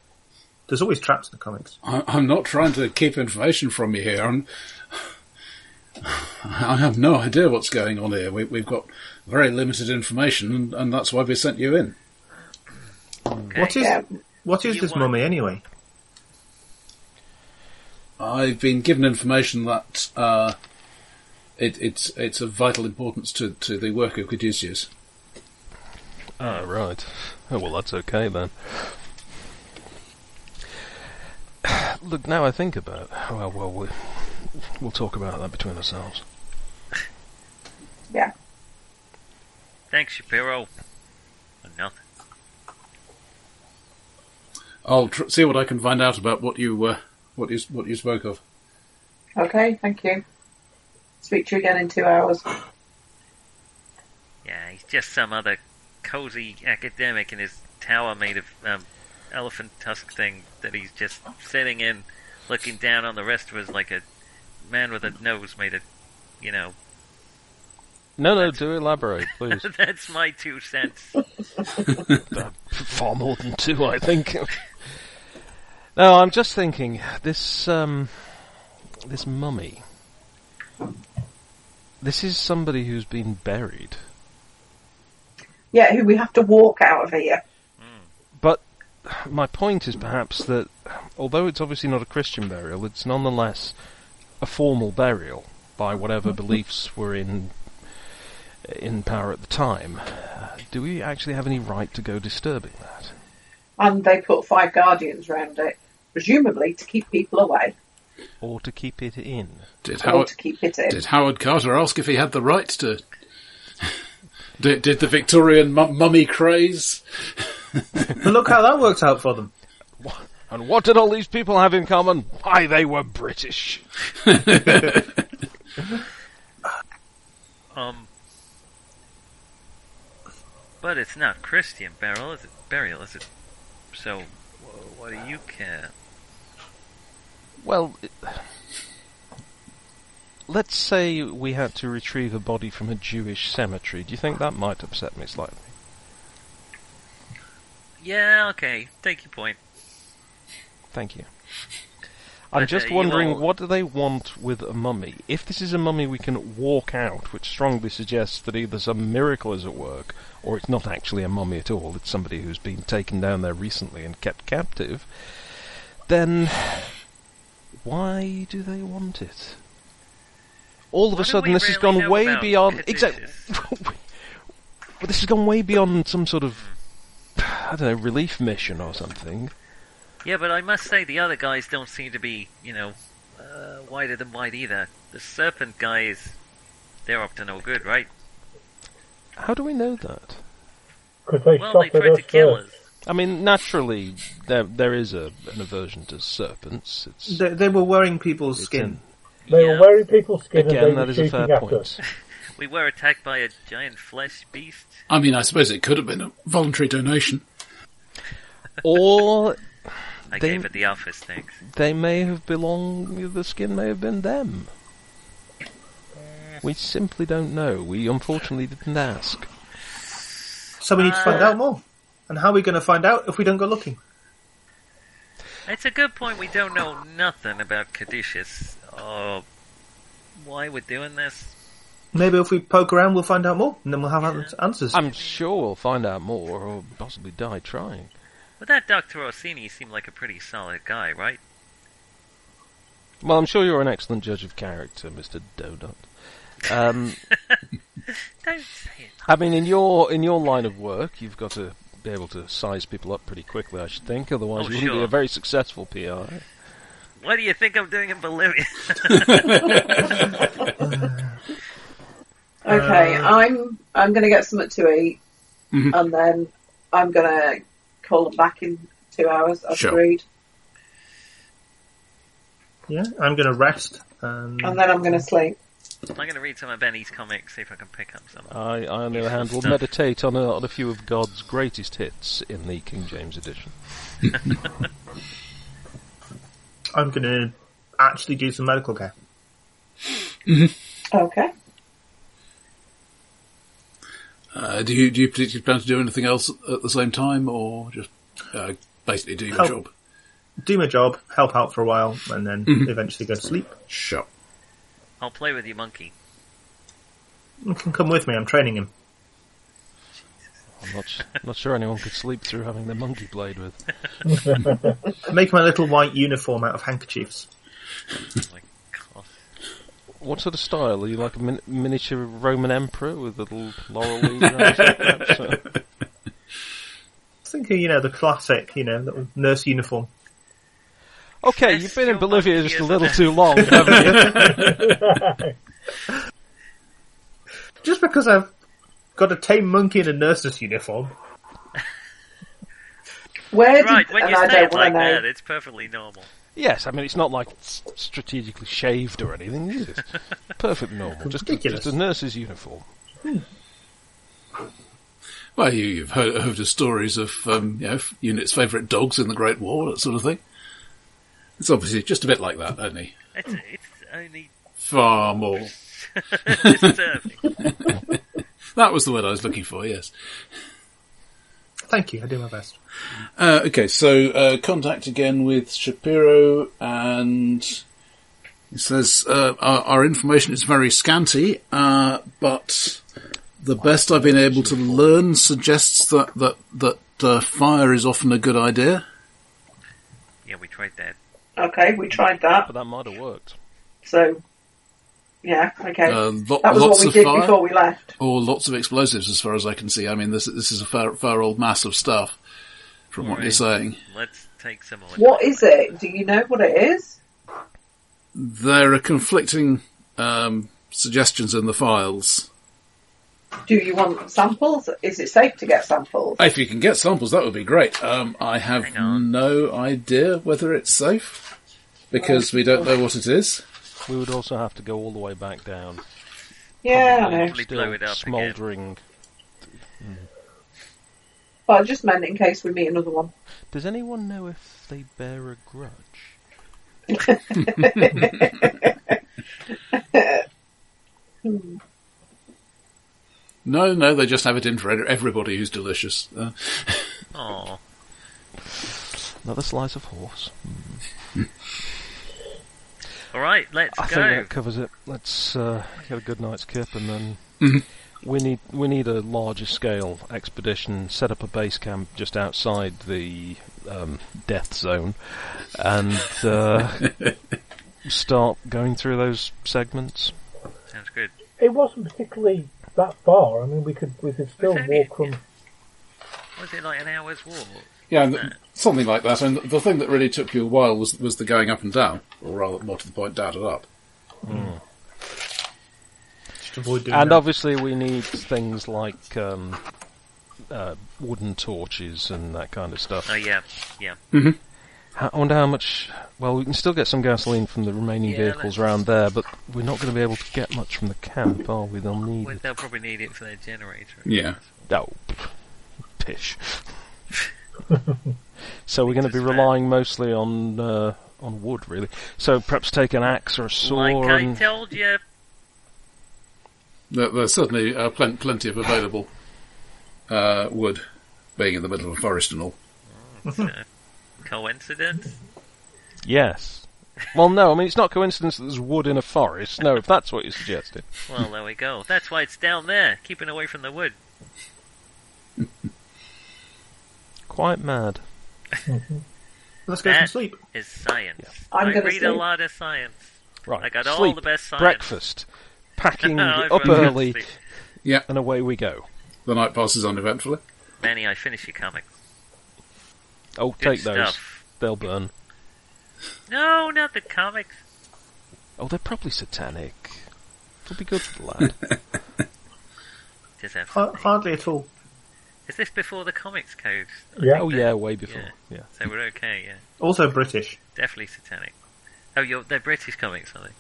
there's always traps in the comics.
I, I'm not trying to keep information from you here. I'm, I have no idea what's going on here. We, we've got very limited information, and, and that's why we sent you in.
What is
Yeah.
what is
You
this
want-
mummy anyway?
I've been given information that uh, it, it's it's of vital importance to, to the work of Caduceus.
Ah, right. Oh, well, that's okay then. Look, now I think about well, well, we, we'll talk about that between ourselves.
Yeah.
Thanks, Shapiro. Or nothing.
I'll tr- see what I can find out about what you uh, what you what you spoke of.
Okay, thank you. Speak to you again in two hours.
Yeah, he's just some other cozy academic in his tower made of um, elephant tusk thing that he's just sitting in, looking down on the rest of us like a man with a nose made of, you know.
No, no, do elaborate, please.
That's my two cents.
far more than two, I think. no, I'm just thinking this um, this mummy. This is somebody who's been buried,
Yeah, who we have to walk out of here.
but my point is perhaps that although it's obviously not a Christian burial, it's nonetheless a formal burial by whatever beliefs were in in power at the time. Uh, Do we actually have any right to go disturbing that?
And they put five guardians round it, presumably to keep people away
Or to keep it in?
Did
or
Howard
to keep it in.
did Howard Carter ask if he had the right to? did, did the Victorian mum- mummy craze?
But look how that worked out for them.
And what did all these people have in common? Why, they were British.
Um, but it's not Christian burial, is it? Burial, is it? So, wh- what do you care?
Well, it- let's say we had to retrieve a body from a Jewish cemetery. Do you think that might upset me slightly?
Yeah, okay, take your point.
Thank you. I'm
But,
just
uh, you
wondering,
all-
what do they want with a mummy? If this is a mummy we can walk out, which strongly suggests that either some miracle is at work, or it's not actually a mummy at all, it's somebody who's been taken down there recently and kept captive, then why do they want it? All of
What
a
do
sudden,
we
this has
really
gone
know
way
about
beyond.
Caduceus?
Exactly. this has gone way beyond some sort of, I don't know, relief mission or something.
Yeah, but I must say the other guys don't seem to be, you know, uh, wider than wide either. The serpent guy is. They're up to no good, right?
How do we know that?
Because they
Well,
shot
they
at
tried
us uh,
to kill
first.
us.
I mean, naturally, there there is a, an aversion to serpents. It's,
They, they were wearing people's
it's
skin.
in-
They
Yeah.
were wearing people's skin
again,
and they
that
were
is a
shooting
fair
at
point.
us.
We were attacked by a giant flesh beast.
I mean, I suppose it could have been a voluntary donation.
or
I
They-
gave it the office, thanks.
they may have belonged. The skin may have been them. We simply don't know. We unfortunately didn't ask.
So we need to find out more. And how are we going to find out if we don't go looking?
It's a good point. We don't know nothing about Caduceus or why we're doing this.
Maybe if we poke around, we'll find out more, and then we'll have ans- answers.
I'm sure we'll find out more, or possibly die trying.
But that Dr. Orsini seemed like a pretty solid guy, right?
Well, I'm sure you're an excellent judge of character, Mister Donut. Um,
Don't say it.
I mean, in your in your line of work, you've got to be able to size people up pretty quickly, I should think. Otherwise,
Oh,
you wouldn't be
sure.
a very successful PR.
What do you think I'm doing in Bolivia?
Okay,
uh,
I'm I'm going to get something to eat,
Mhm.
and then I'm going to call them back in two hours. I've
Sure.
agreed,
Yeah, I'm going to rest. And
and then I'm going to sleep.
I'm going to read some of Benny's comics, see if I can pick up some.
I, I, on the other hand, will
Stuff.
meditate on a, on a few of God's greatest hits in the King James edition.
I'm going to actually do some medical care.
Okay.
Uh, do you do you particularly plan to do anything else at the same time, or just uh, basically do your
Oh.
job?
Do my job, help out for a while, and then
Mm-hmm.
eventually go to sleep.
Sure.
I'll play with your monkey.
You can come with me. I'm training him.
I'm not, s- not sure anyone could sleep through having their monkey played with.
Make my little white uniform out of handkerchiefs.
Oh my god.
What sort of style? Are you like a min- miniature Roman emperor with a little laurel leaves around his neck, perhaps? Uh,
I think you know the classic, you know, little nurse uniform.
Okay,
Yes,
you've been in
your
Bolivia
monkey
just a
is
little
a-
too long, haven't you?
Just because I've got a tame monkey in a nurse's uniform,
Where
Right,
did
when
and
you
I
say
don't
it like
want to know.
that, it's perfectly normal.
Yes, I mean it's not like it's strategically shaved or anything, is it? Perfectly normal, just a,
Ridiculous.
just a nurse's uniform.
Well, you, you've heard, heard of stories of um, you know units' favourite dogs in the Great War, that sort of thing. It's obviously just a bit like that, only
It's,
Hmm.
it's only
far more.
disturbing.
That was the word I was looking for. Yes.
Thank you. I do my best.
Uh, okay, so uh, contact again with Shapiro, and he says uh, our, our information is very scanty, uh, but the best I've been able to learn suggests that that that uh, fire is often a good idea.
yeah, we tried that.
Okay, we tried that.
But that might have worked.
So, yeah, okay.
Uh, lo-
that
lots
was what we
of
did
fire
before we left.
or lots of explosives, as far as I can see. I mean, this this is a fair, fair old mass of stuff, from what you're
Right.
saying.
Let's take some of
What is it? Do you know what it is?
There are conflicting um, suggestions in the files.
Do you want samples? Is it safe to get samples?
If you can get samples, that would be great. Um, I have
Hang on.
no idea whether it's safe because we don't know what it is.
We would also have to go all the way back down.
yeah, I know.
Probably blow it up again.
smouldering.
But I just meant in case we meet another one.
Does anyone know if they bear a grudge?
No, no, they just have it in for everybody who's delicious. Uh,
Oh,
Another slice of horse.
all right, let's
I
go.
think that covers it. Let's uh, get a good night's kip, and then we need we need a larger scale expedition. Set up a base camp just outside the um, death zone, and uh, start going through those segments.
Sounds good.
It wasn't particularly that far. I mean, we could we could still
Okay.
walk from.
Was it like an hour's walk?
yeah, and th- something like that. And the thing that really took you a while was was the going up and down, or rather, more to the point, down and up.
Just avoid doing
And
that.
obviously, we need things like um, uh, wooden torches and that kind of stuff.
Oh yeah, yeah.
How- I wonder how much. Well, we can still get some gasoline from the remaining
Yeah,
vehicles
let's-
around there, but we're not going to be able to get much from the camp, are we? They'll need
Well, they'll probably need it for their generator.
Yeah.
Oh, pish. so we're going to be
Just fair.
relying mostly on uh, on wood, really. So perhaps take an axe or a saw.
Like I
and-
told you,
There, there's certainly uh, plen- plenty of available uh, wood. being in the middle of a forest and all.
Coincidence?
Yes. Well, no, I mean, it's not coincidence that there's wood in a forest. No, if that's what you suggested.
Well, there we go. That's why it's down there, keeping away from the wood.
Quite mad.
Let's go to
That
sleep.
is science.
I'm
I
gonna
read a
sleep.
lot of science.
Right.
I got all
sleep,
the best science.
Breakfast. Packing
I've
up
run out of
early,
sleep.
Yeah,
and away we go.
the night passes uneventfully.
Manny, I finish your comic.
Oh,
Good
take those.
stuff.
They'll burn.
No, not the comics.
Oh, they're probably satanic. It'll be good for the lad.
Does that-
Ha-
Uh,
Hardly at all.
Is this before the comics codes?
Yeah.
oh, yeah, way before. Yeah.
So we're okay, yeah.
Also British.
Definitely satanic. Oh, you're, they're British comics, are they?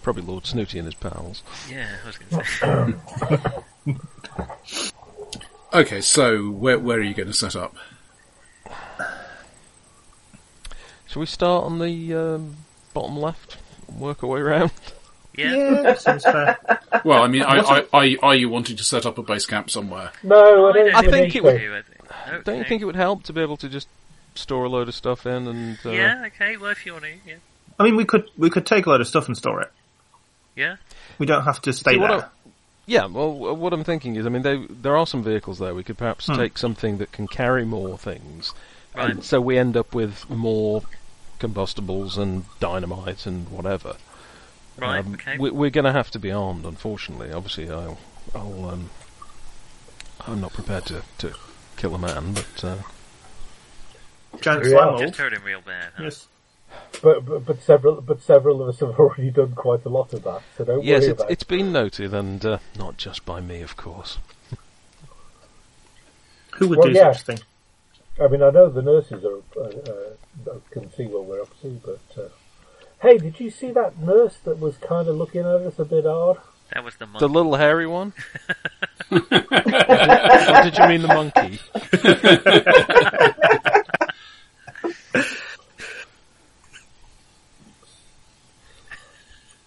Probably Lord Snooty and his pals.
Yeah, I was going to say.
Okay, so where where are you going to set up?
Shall we start on the um, bottom left? and Work our way round?
Yeah.
Seems fair.
Well, I mean, I, I, are, you, are you wanting to set up a base camp somewhere?
No, I don't
I
think we need
think it would-
to.
I Oh, think. Okay.
Don't you think it would help to be able to just store a load of stuff in and. Uh,
Yeah, okay, well, if you want to, yeah.
I mean, we could we could take a load of stuff and store it.
Yeah?
We don't have to stay
See, what
there.
I- Yeah, well, w- what I'm thinking is, I mean, they, there are some vehicles there. We could perhaps take something that can carry more things, and
Right.
so we end up with more combustibles and dynamite and whatever.
Right,
Um,
okay.
we, we're going to have to be armed, unfortunately. Obviously, I'll, I'll, um, I'm not prepared to, to kill a man, but uh,
Giant
Yeah.
slime
Just
mold.
hurt him real bad. Huh?
Yes.
But, but but several but several of us have already done quite a lot of that, so don't
yes,
worry
it's,
about
it's been noted, and uh, not just by me, of course.
Who would
Well,
do
yeah.
such a thing?
it. I mean, I know the nurses are uh, uh, can see what we're up to, but uh, hey, did you see that nurse that was kind of looking at us a bit odd?
That was the month.
The little hairy one. Or did you mean the monkey?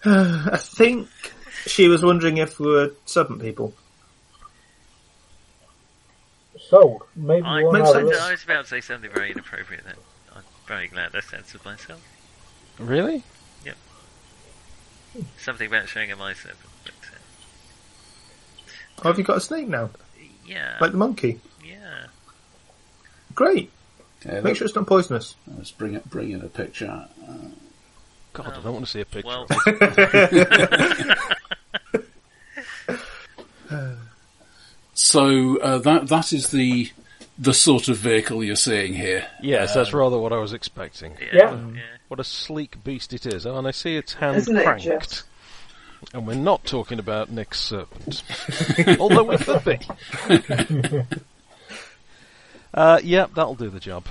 I think she was wondering if we were servant people.
So maybe
I,
one
Makes
I,
hour.
sense.
I was about to say something very inappropriate then. I'm very glad I censored myself.
Really?
Something about showing him my serpent. But, uh,
Oh, have you got a snake now?
yeah.
Like the monkey.
yeah.
Great.
Yeah,
Make sure it's not poisonous.
Let's bring it, bring in a picture.
God, I don't want to see a
Oh.
picture.
Well,
So uh, that that is the the sort of vehicle you're seeing here.
Yes, that's
um,
rather what I was expecting.
yeah.
Yeah.
What a sleek beast it is. Oh, and I see it's hand
Isn't it
cranked.
just?
And we're not talking about Nick's serpent. Although we could be. uh, yeah, that'll do the job.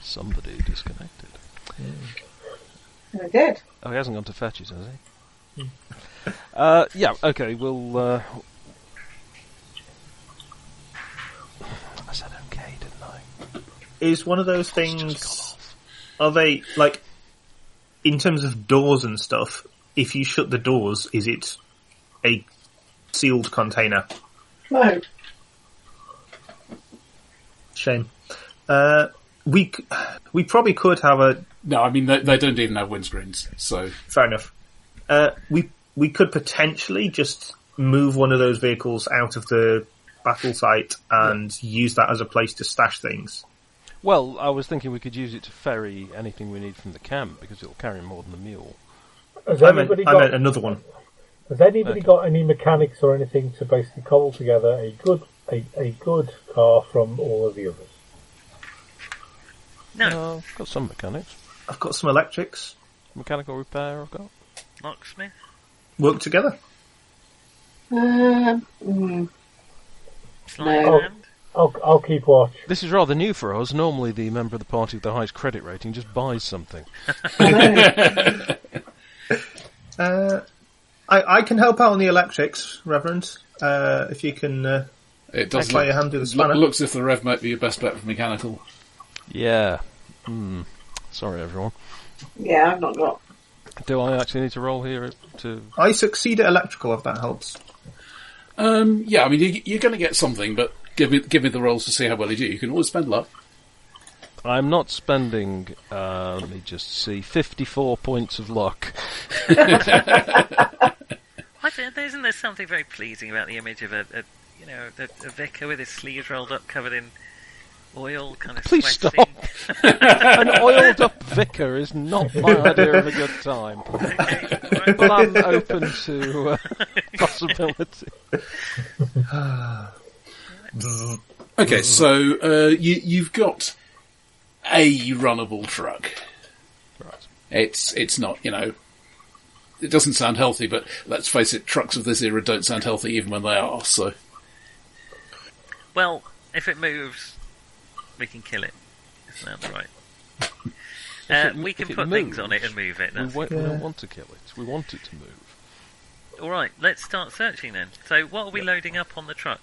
Somebody disconnected.
And I did.
Oh, he hasn't gone to fetch it, has he? uh, yeah, okay, we'll. Uh... I said okay, didn't I?
Is one of those things. Are they, like, in terms of doors and stuff, if you shut the doors, is it a sealed container?
No.
Shame. Uh, we, c- we probably could have a
No, I mean they, they don't even have windscreens. So
Fair enough. Uh, we we could potentially just move one of those vehicles out of the battle site and use that as a place to stash things.
Well, I was thinking we could use it to ferry anything we need from the camp because it'll carry more than a mule.
Has
I meant,
anybody
I
got
meant another one.
Has anybody got any mechanics or anything to basically cobble together a good a, a good car from all of the others?
No.
Uh, I've got some mechanics,
I've got some electrics.
mechanical repair. I've got.
Locksmith?
Work together.
Um, mm,
Slime
No.
hand?
I'll I'll keep watch.
This is rather new for us. Normally, the member of the party with the highest credit rating just buys something.
Uh, I, I can help out on the electrics, Reverend. Uh, if you can uh,
it does
play
look,
a hand with the
look-
spanner.
looks if the rev might be your best bet for mechanical.
Yeah. Hmm. Sorry, everyone.
yeah, I'm not got
Do I actually need to roll here to?
I succeed at electrical if that helps.
Um, yeah, I mean, you, you're going to get something, but give me give me the rolls to see how well you do. You can always spend luck.
I'm not spending. Uh, let me just see. Fifty-four points of luck.
I don't- isn't there something very pleasing about the image of a, a you know, a, a vicar with his sleeves rolled up, covered in oil, kind of
Please
sweating?
An oiled-up vicar is not my idea of a good time,
Okay, right.
but I'm open to uh, possibility.
Okay, so uh, you you've got a runnable truck.
Right.
It's it's not you know. It doesn't sound healthy, but let's face it, trucks of this era don't sound healthy even when they are. So
Well, if it moves, we can kill it. Isn't that right? Uh,
it mo-
we can
if it
put things on it
moves,
and move it.
We,
That's
wa- we don't want to kill it. We want it to move.
All right, let's start searching then. So, what are we loading up on the truck?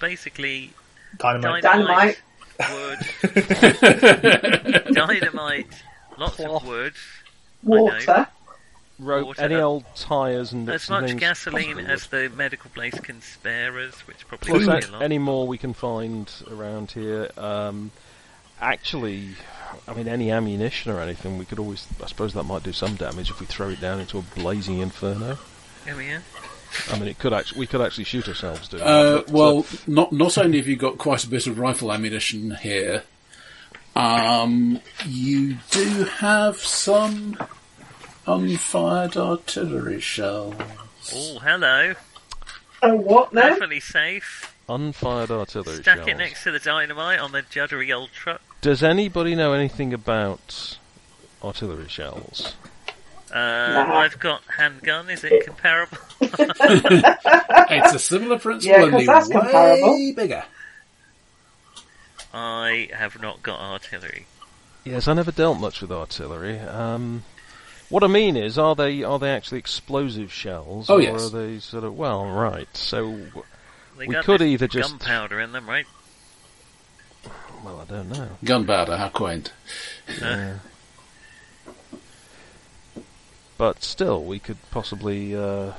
Basically,
Dynamite.
dynamite,
Dynamite.
wood, dynamite, lots of wood,
Water.
Rope,
Water.
any old tyres and bits
as
and
much
things
gasoline
possible.
as the medical place can spare us, which probably
Plus,
won't
a-
be a lot.
any more we can find around here. Um, actually, I mean, any ammunition or anything, we could always. I suppose that might do some damage if we throw it down into a blazing inferno.
Oh, yeah.
I mean, it could actually. We could actually shoot ourselves doing
Uh,
that, but,
well, not not only have you got quite a bit of rifle ammunition here, um, you do have some unfired artillery shell.
Oh, hello.
Oh, what now?
Definitely safe.
uh, unfired artillery
Stack
shells.
it next to the dynamite on the juddery old truck.
Does anybody know anything about artillery shells?
Uh,
Uh-huh.
I've got handgun. Is it comparable?
It's a similar principle,
Yeah,
only
'cause that's
way
comparable.
bigger.
I have not got artillery.
Yes, I never dealt much with artillery. Um, what I mean is, are they are they actually explosive shells?
Oh,
or
yes.
Are they sort of well, right? So
They
We
got
could
this
either just-
gunpowder in them, right?
Well, I don't know.
Gunpowder, how quaint.
But still, we could possibly uh,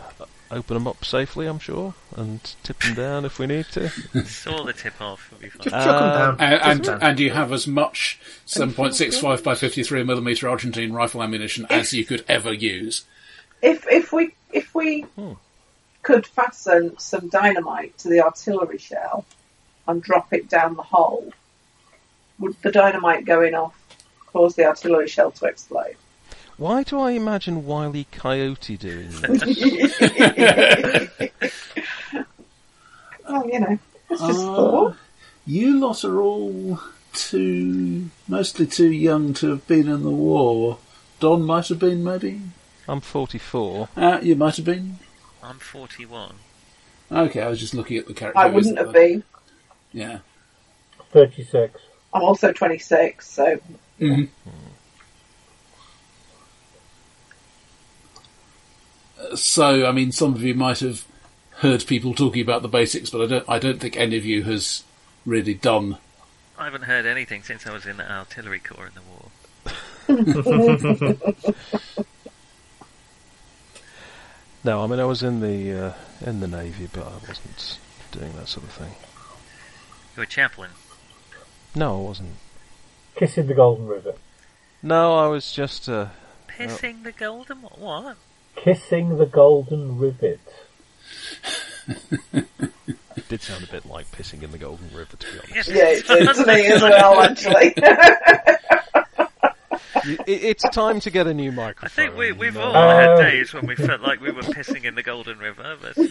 open them up safely, I'm sure, and tip them down if we need to. Uh,
Saw the tip off. It'll be fine.
Just chuck 'em down.
And,
Just-
and, and you have as much 7.65 by 53 millimeter Argentine rifle ammunition as you could ever use.
If if we if we could fasten some dynamite to the artillery shell and drop it down the hole, would the dynamite going off cause the artillery shell to explode?
Why do I imagine Wiley Coyote doing this?
Uh, Well, you know, it's just thought.
You lot are all too, mostly too young to have been in the war. Don might have been, maybe.
I'm 44.
Uh, you might have been.
I'm 41.
Okay, I was just looking at the character.
I wouldn't have been.
Yeah.
36.
I'm also 26, so
So, I mean, some of you might have heard people talking about the basics, but I don't. I don't think any of you has really done.
I haven't heard anything since I was in the artillery corps in the war.
No, I mean I was in the uh, in the navy, but I wasn't doing that sort of thing.
You were chaplain.
No, I wasn't.
Kissing the Golden River.
No, I was just. Uh,
Pissing the golden wa- what?
Kissing the Golden Rivet.
it did sound a bit like pissing in the Golden River, to be honest.
Yes,
yeah, it did to me as well, actually.
You- it- it's time to get a new
I
microphone.
think we, we've
Uh,
all had
Oh.
days when we felt like we were pissing in the golden river, but uh,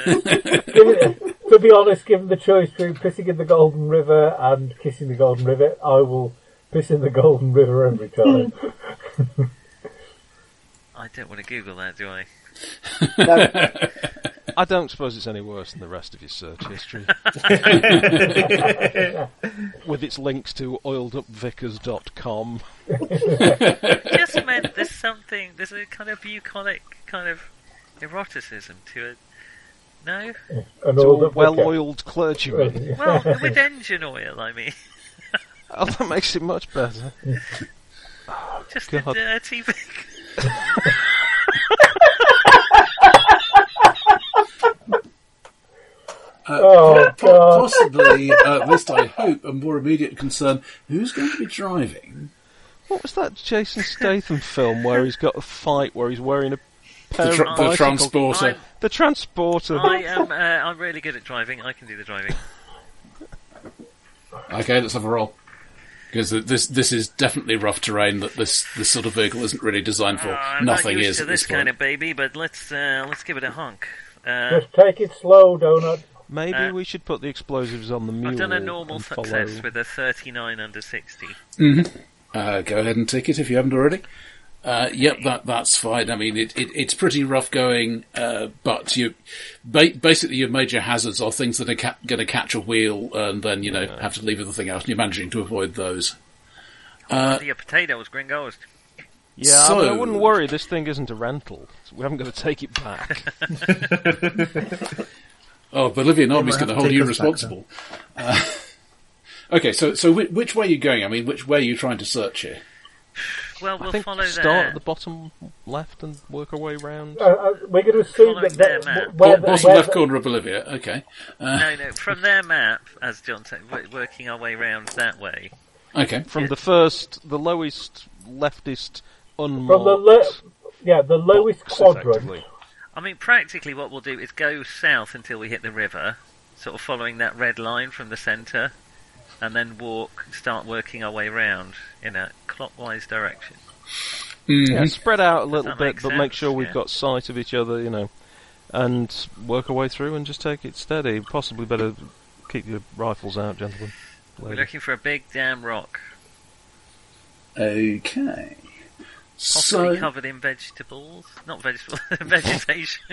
to be honest, given the choice between pissing in the Golden River and kissing the Golden River, I will piss in the Golden River every time.
I don't want to Google that, do I?
I don't suppose it's any worse than the rest of your search history. With its links to oiledupvicars.com.
I just meant there's something, there's a kind of bucolic kind of eroticism to it. No?
An
To
old
a
up
well
wicket.
oiled clergyman.
Well, with engine oil, I mean.
Oh, that makes it much better.
Just a
God.
dirty big.
Uh,
Oh,
po-
God.
Possibly, uh, at least I hope, a more immediate concern who's going to be driving?
What was that Jason Statham film where he's got a fight where he's wearing a pair
The, tr-
of
the
bicycle-
transporter.
I'm-
The transporter.
I am. Uh, I'm really good at driving. I can do the driving.
Okay, let's have a roll. Because this this is definitely rough terrain that this this sort of vehicle isn't really designed for.
Uh, I'm not
Nothing
used
is
to
at this,
this kind
point.
of baby, but let's uh, let's give it a honk. Uh,
Just take it slow, Donut.
Maybe
Uh,
we should put the explosives on the mule.
I've done a normal
and follow-
success with a 39 under 60.
Uh, go ahead and take it if you haven't already. Uh, yep, that that's fine. I mean, it, it it's pretty rough going, uh, but you ba- basically your major hazards are things that are ca- going to catch a wheel and then you know have to leave with the thing out, and you're managing to avoid those.
Uh, Your potatoes, gringos.
Yeah, I mean, I,
So-
wouldn't worry. This thing isn't a rental. We haven't got to take it back.
Oh, Bolivian army's
might
going to hold
have to take
you
us back then.
responsible. Uh, okay, so so which, which way are you going? I mean, which way are you trying to search here?
Well,
I
we'll
think
follow
start
their-
at the bottom left and work our way round.
Uh, uh, we're going to assume
Following
that,
their
that
map.
Bo-
where, the-
bottom
where
left
the-
corner of Bolivia. Okay, uh,
No, no, from their map, as John said, w- working our way round that way.
okay.
From the first, the lowest, leftist, unmarked
from the lo- yeah the lowest
box,
quadrant.
effectively.
I mean, practically what we'll do is go south until we hit the river, sort of following that red line from the centre, and then walk, start working our way round in a clockwise direction.
Yeah, spread out a little
that
bit,
make
but make
sense?
sure we've
Yeah.
got sight of each other, you know, and work our way through and just take it steady. Possibly better keep your rifles out, gentlemen.
We're
ladies.
looking for a big damn rock,
Okay.
possibly
So,
covered in vegetables. Not vegetables, vegetation.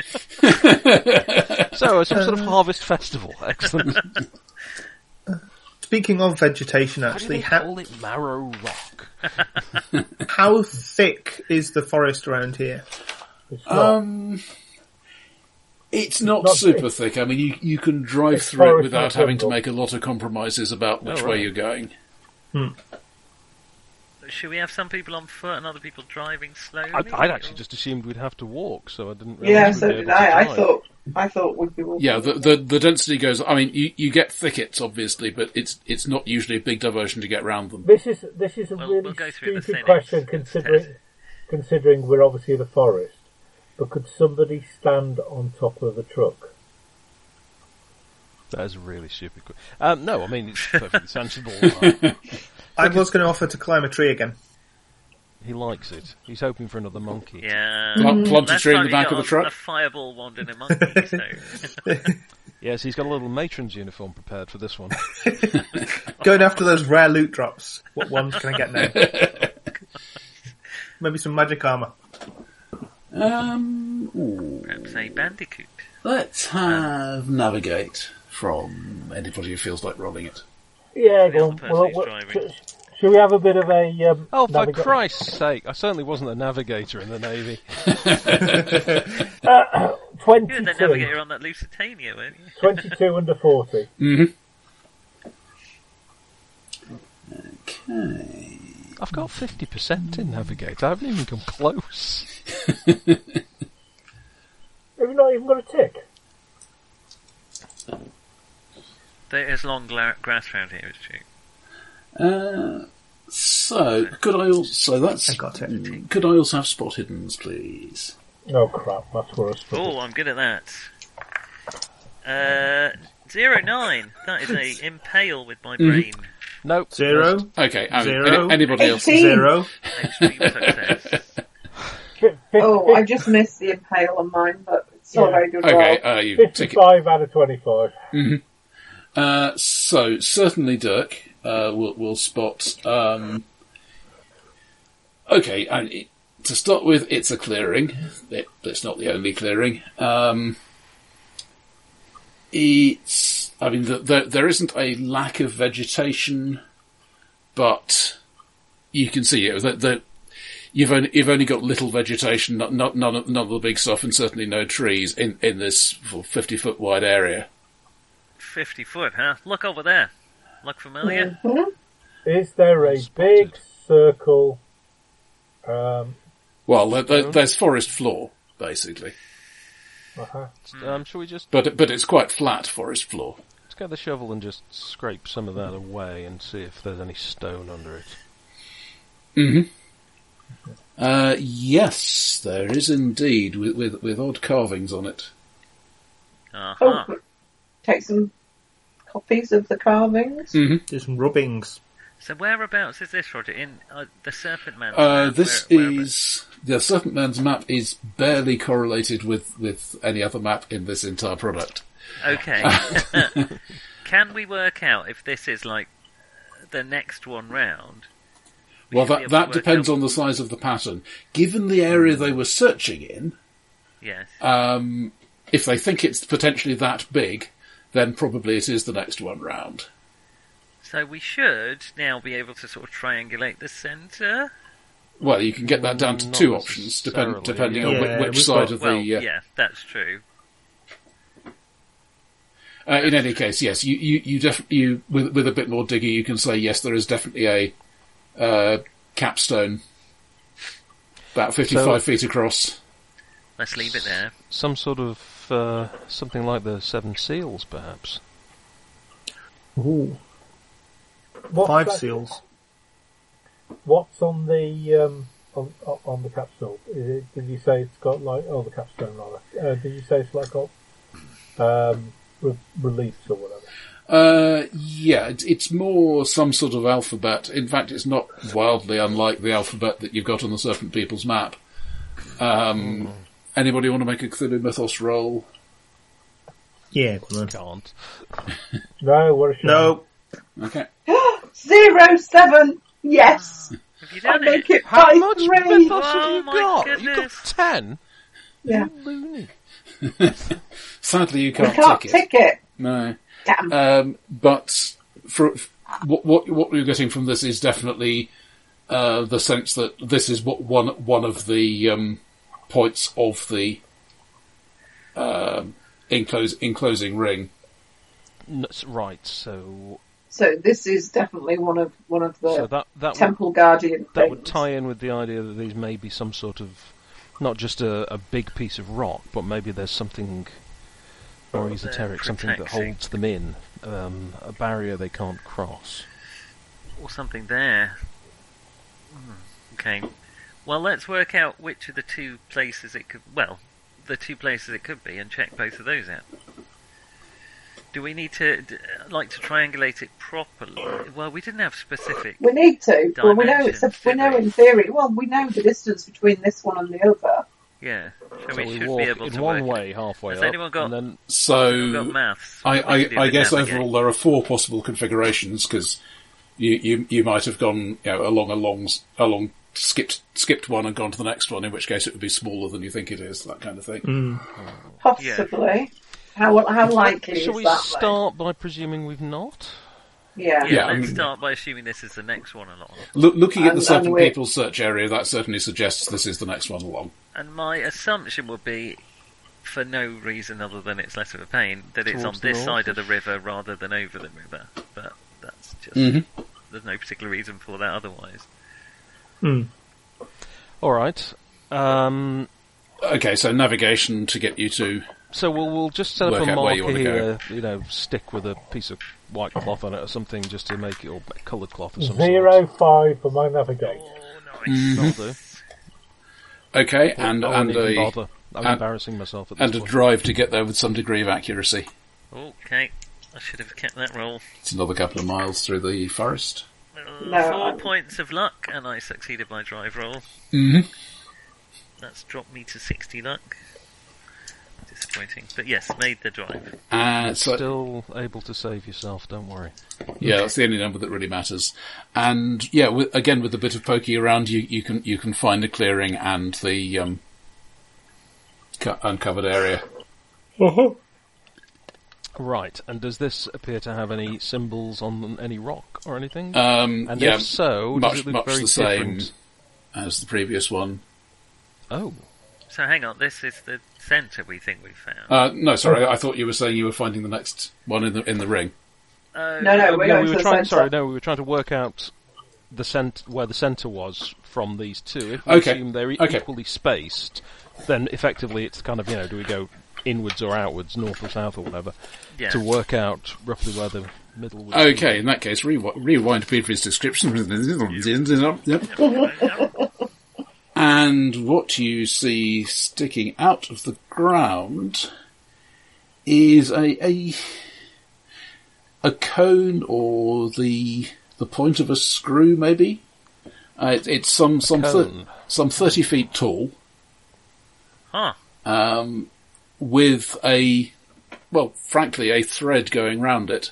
So, uh, some sort of harvest festival. Excellent.
Speaking of vegetation,
Why do
actually,
they
how,
call it Marrow Rock?
how thick is the forest around here?
It's not.
um, it's not
not-
super thick. I mean, you you can drive
It's
through it
forest,
without
not
having to
jungle.
make a lot of compromises about which
Oh,
way
right.
you're going.
Should we have some people on foot and other people driving slowly?
I, I'd actually just assumed we'd have to walk, so I didn't. realise
Yeah,
we'd
so
be
did
able to
I. I
drive.
thought I thought we'd be walking.
Yeah, the, the the density goes. I mean, you, you get thickets obviously, but it's it's not usually a big diversion to get round them.
This is this is a
We'll-
really
we'll go through the
stupid
settings
question considering
instead.
considering we're obviously in the forest. But could somebody stand on top of the truck?
that is really stupid. Quick. Um, no, I mean it's perfectly sensible. Uh,
I was going to offer to climb a tree again.
he likes it. He's hoping for another monkey.
Yeah.
Plant, plant a
Last
tree in
time
the
you
back
got
of a
a-
truck.
A fireball wand and a monkey. So
Yes, he's got a little matron's uniform prepared for this one.
Going after those rare loot drops. What ones can I get now? Maybe some magic armor.
Um, ooh.
perhaps a bandicoot.
let's have navigate from anybody who feels like rolling it.
Yeah,
The
go
other
on.
person who's driving.
sh- Shall we have a bit of a? Um,
Oh, for
naviga-
Christ's sake! I certainly wasn't a navigator in the navy.
You were
22,
the navigator on that Lusitania, weren't you?
22 under forty.
Okay.
I've got fifty percent in navigator. I haven't even come close.
Have you not even got a tick?
There is long gla- grass round here, it's true.
Uh, so could I also? So that's
I got it.
Mm, Could I also have spot hiddens, please?
No Oh, crap. That's where I struggle.
Oh, I'm good at that. Uh, zero nine. That is a impale with
Mm-hmm.
my brain.
Nope.
Zero,
Okay, I mean,
Zero.
any- anybody else?
Eighteen.
zero.
Extreme success.
Fi- fi-
Oh,
fi-
I just missed the impale on mine, but it's not
Yeah.
very good.
Okay,
roll.
uh, you take it.
Fifty-five out of twenty-five.
Uh, so certainly Dirk uh, will will spot. Um, okay, and it, to start with, it's a clearing. It, it's not the only clearing. Um, it's. I mean, the, the, there isn't a lack of vegetation, but you can see it. That, that you've only you've only got little vegetation, not, not none of, none of the big stuff, and certainly no trees in in this fifty foot wide area.
Fifty foot, huh? Look over there. Look familiar?
Is there a
Spotted.
big circle? Um,
Well, there, there, there's forest floor, basically.
Uh-huh.
Um, shall we just
But but it's quite flat forest floor.
let's get the shovel and just scrape some of that away and see if there's any stone under it?
Uh, yes, there is indeed, with, with, with odd carvings on it.
Uh-huh.
Oh, take some copies of the carvings.
Hmm.
There's some rubbings.
So whereabouts is this, Roger? In uh, the Serpent Man?
Uh, this
Where- whereabouts?
is the Serpent Man's map is barely correlated with, with any other map in this entire product.
Okay. Can we work out if this is like the next one round? We
Well,
should
that
be able to
that
work
depends
out-
on the size of the pattern. Given the area they were searching in,
Yes.
um, if they think it's potentially that big, then probably it is the next one round.
So we should now be able to sort of triangulate the centre.
Well, you can get that down to
Not
two options, depend,
necessarily,
depending
yeah.
on
Yeah,
which, which
we've
side
got-
of
Well,
the. Uh,
yeah, that's true.
uh, in any case, yes, you you you, def- you with with a bit more digger, you can say yes, there is definitely a uh, capstone about fifty-five feet across.
Let's leave it there.
Some sort of uh, something like the Seven Seals, perhaps.
Ooh,
What's
five
that-
seals.
What's on the um, on, on- on the capsule? Is it, did you say it's got like oh the capstone rather? Uh, did you say it's like got um, re- reliefs or whatever?
Uh, yeah, it's, it's more some sort of alphabet. In fact, it's not wildly unlike the alphabet that you've got on the Serpent People's map.
Hmm.
Um, Anybody want to make a Cthulhu Mythos roll?
Yeah, come on.
Can't.
No, what a shame.
No,
Okay.
Zero seven. Yes,
Have you
I
done Ah. it?
make it
How
by
much
three.
mythos have
Oh
you
my
got? You got
goodness.
ten.
Yeah,
Loony.
Sadly, you
we
can't,
can't
tick it.
tick it.
No.
Damn.
Um, but for, f- what, what what we're getting from this is definitely uh, the sense that this is what one one of the um, points of the um, enclose, enclosing ring.
N- s- right. So,
so this is definitely one of one of the
so that that would,
temple guardian.
that would
things.
tie in with the idea that these may be some sort of not just a, a big piece of rock, but maybe there's something more
Well,
esoteric,
they're
something that
protecting.
holds them in, um, a barrier they can't cross.
Or something there. Hmm, Okay. Well, let's work out which of the two places it could. Well, the two places it could be, and check both of those out. Do we need to d- like to triangulate it properly? Well, we didn't have specific.
We need to. Well, we know it's a,
Dimensions,
we know in theory. Well, we know the distance between this one and the other.
Yeah, so,
So
we,
we
should
walk
be able
in
to
one
work.
way halfway
Has
up,
anyone got-
and then
We've
So
got maths.
I,
We can do
I, I
with
guess
navigate.
overall there are four possible configurations because you, you you might have gone you know, along a long s- along skipped skipped one and gone to the next one, in which case it would be smaller than you think it is, that kind of thing.
Possibly. How how likely
Shall
is
we
that? though?
start by presuming we've not?
Yeah.
Yeah,
Yeah, I
let's
mean-
start by assuming this is the next one along.
Loo- looking at
And-
the
and
certain
we-
people's search area, that certainly suggests this is the next one along.
And my assumption would be, for no reason other than it's less of a pain, that it's on
Towards the
this
north.
side of the river rather than over the river. But that's just there's no particular reason for that otherwise.
All right. Um,
Okay, so navigation to get you to
so we'll we'll just set up
Work
a
out where
marker
you wanna
here. You know, stick with a piece of white cloth on it or something, just to make it or coloured cloth or something.
Zero five for my navigate.
Oh,
okay, and
I won't
and
even
a
bother. I'm
and-
embarrassing myself at this
and a
point.
drive to get there with some degree of accuracy.
Okay, I should have kept that roll.
It's another couple of miles through the forest.
Uh,
No,
4
I'm-
points of luck, and I succeeded my drive roll.
Mhm.
That's dropped me to sixty luck. Disappointing, but yes, made the drive.
Uh, so
Still able to save yourself. Don't worry.
Yeah, that's the only number that really matters. And yeah, with, again with a bit of pokey around, you, you can you can find the clearing and the um, cu- uncovered area.
Right. And does this appear to have any symbols on any rock or anything?
Um,
and
yeah,
if so,
much
does it look
much
very
the same
different?
as the previous one.
Oh,
So hang on, this is the centre we think we found.
Uh, no,
Oh.
sorry, I thought you were saying you were finding the next one in the in the ring.
Oh,
No, no, we're going
no, we
to
were
the
trying.
centre.
Sorry, no, we were trying to work out the cent- where the centre was from these two. If we
Okay.
assume they're e-
Okay.
equally spaced, then effectively it's kind of you know, do we go inwards or outwards, north or south or whatever,
Yeah.
to work out roughly where the middle would be.
Okay, in that case, rewi- rewind Peter's description. and what you see sticking out of the ground is a, a a cone or the the point of a screw, maybe. Uh, it- it's some some thir-
cone.
some thirty feet tall
Huh.
um, with a, well, frankly, a thread going round it.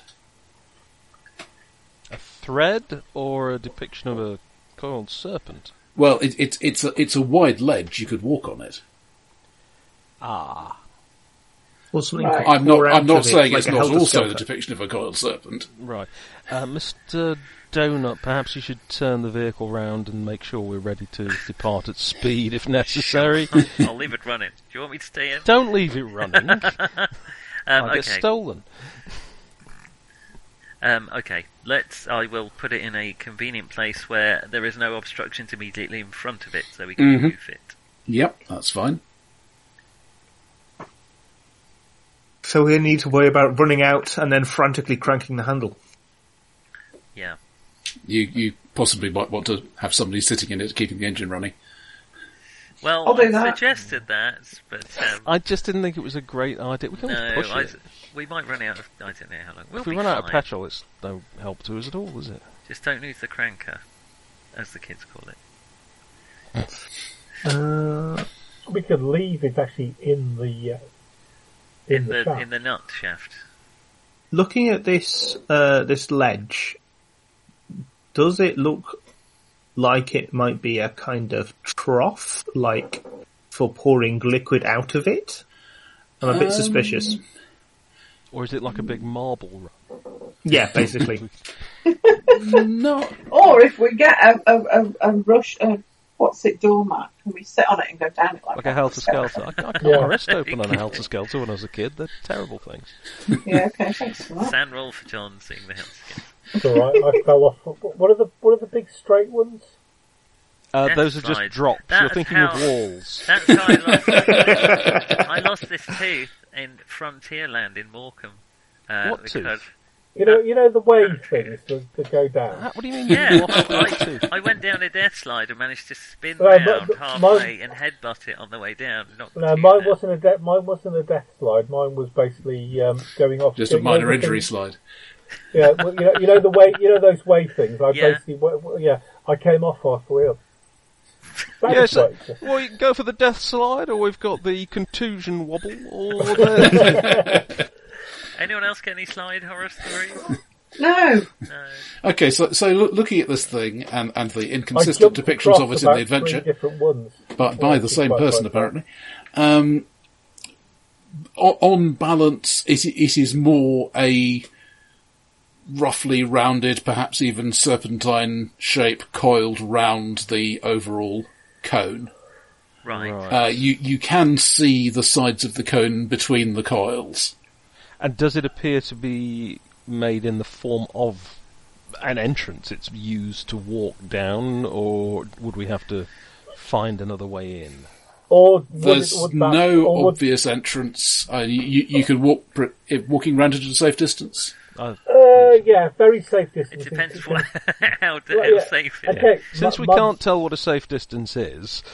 A thread or a depiction of a coiled serpent?
Well, it, it, it's a, it's a wide ledge. You could walk on it.
Ah.
Or something.
Right.
could
I'm
pour
not.
out
I'm not
of it,
saying
like
it's
a
not also the
helter-skelter.
depiction of a coiled serpent.
Right. Uh, Mr. Donut, perhaps you should turn the vehicle round and make sure we're ready to depart at speed if necessary.
I'll leave it running. Do you want me to stay in?
Don't leave it running.
Um,
Might get
okay.
stolen.
Um, okay. Let's. I will put it in a convenient place where there is no obstructions immediately in front of it, so we can
Mm-hmm.
Mhm.
move it.
Yep, that's fine.
So we need to worry about running out and then frantically cranking the handle.
Yeah.
You you possibly might want to have somebody sitting in it keeping the engine running.
Well,
I'll do
I
that.
suggested that, but um,
I just didn't think it was a great idea. We can
no,
always push
I,
it.
we might run out of. I don't know how long. We'll
If we
be
run out of
fine.
petrol, it's no help to us at all, is it?
Just don't lose the cranker, as the kids call it.
Uh,
We could leave it actually in the uh, in,
In
the,
the
shaft.
in the nut shaft.
looking at this uh, this ledge, does it look like it might be a kind of trough, like for pouring liquid out of it? I'm a bit suspicious.
Or is it like a big marble run?
Yeah, basically.
No,
Or if we get a, a, a, a rush of what's it doormat, can we sit on it and go down it like,
Like a helter skelter. I, I cut
Yeah.
my wrist open on a helter skelter when I was a kid. They're terrible things.
Yeah, okay, thanks for that.
Sand roll for John seeing the house again.
It's all right. I fell off. What what are the what are the big straight ones?
Uh,
That's
those are just
right.
drops.
That
You're
is
thinking of
how-
walls.
That's how I lost. I lost this tooth in Frontierland in Morecambe. Uh,
What tooth?
because-
You know, you know the wave things that, that go down.
How- What do you mean?
Yeah,
You lost your
I,
tooth?
I went down a death slide and managed to spin
Well, my-
round
my-
halfway and headbutt it on the way down. knocked the
No,
tooth
mine
out.
wasn't a death. Mine wasn't a death slide. Mine was basically um, going off.
just a
you know, the
minor injury
thing-
slide.
Yeah, well, you know, you know the way, you know those wave things. I
Yeah.
basically, wa- wa- yeah, I came off halfway up. That
Yeah,
was
so,
great.
well, you can go for the death slide, or we've got the contusion wobble, or the...
Anyone else get any slide horror stories?
No,
No.
Okay, so so loo- looking at this thing and and the
I
inconsistent
jumped
depictions of it
across
in
about
the adventure.
Three different ones.
but by the same person apparently. Um, o- on balance, it, it is more a roughly rounded, perhaps even serpentine shape coiled round the overall cone.
Right.
Uh, you you can see the sides of the cone between the coils.
And does it appear to be made in the form of an entrance? It's used to walk down, or would we have to find another way in?
Or would it-
There's
would that-
no
or would-
obvious entrance. Uh, you you, you could walk pr- if walking round it at a safe distance.
I-
Uh, yeah, very safe
It
distance.
depends
It's-
what, how, d-
Well,
how
yeah.
safe it is.
Okay,
Since
my-
we
my-
can't tell what a safe distance is,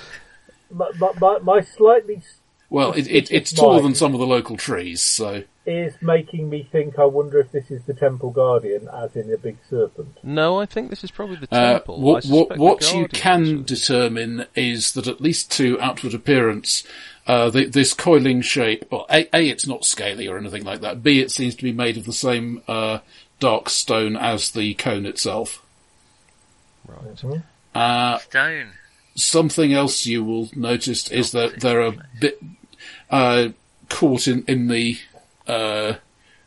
My, my, my, my slightly s-
Well, it, it, it's
Right.
taller than some of the local trees, so
is making me think. I wonder if this is the Temple Guardian, as in the big serpent.
no, I think this is probably the
Uh,
temple. I
what
suspect
what,
the
what you
guardian,
can
actually.
determine is that at least to outward appearance, uh, th this coiling shape, well, a, a, it's not scaly or anything like that. B, it seems to be made of the same uh, dark stone as the cone itself.
Right.
Uh,
Stone.
something else you will notice is that there are bit uh, caught in in the uh,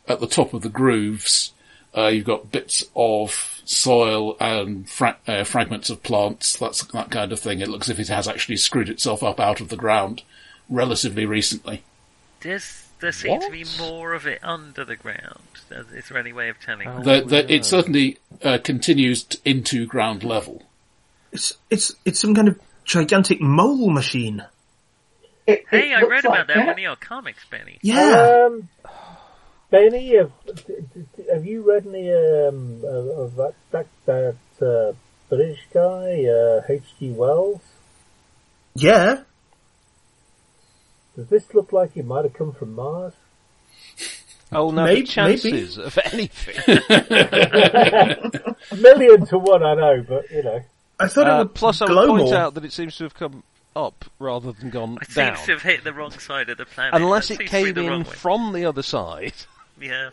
at the top of the grooves. Uh, you've got bits of soil and fra- uh, fragments of plants. That's that kind of thing. It looks as if it has actually screwed itself up out of the ground relatively recently.
There's, there seems to be
What?
more of it under the ground. Is there any way of telling?
Oh.
The, the,
yeah.
it certainly uh, continues t- into ground level.
it's it's it's some kind of gigantic mole machine.
It,
Hey,
it
I
looks
read
like
about that
that.
one of your comics, Benny.
Yeah.
Um, Benny, have, d- d- have you read any um, of, of that that, that uh, British guy, uh, H.G. Wells?
yeah.
Does this look like it might have come from Mars?
Oh no,
Maybe-
the chances of anything.
A million to one, I know, but you know.
I thought it
Uh,
would
plus, I
glow
would point
more.
out that it seems to have come up rather than gone
It
down,
seems to have hit the wrong side of the planet.
unless
That seems
it
to be
came
the wrong
in
way.
from the other side.
Yeah.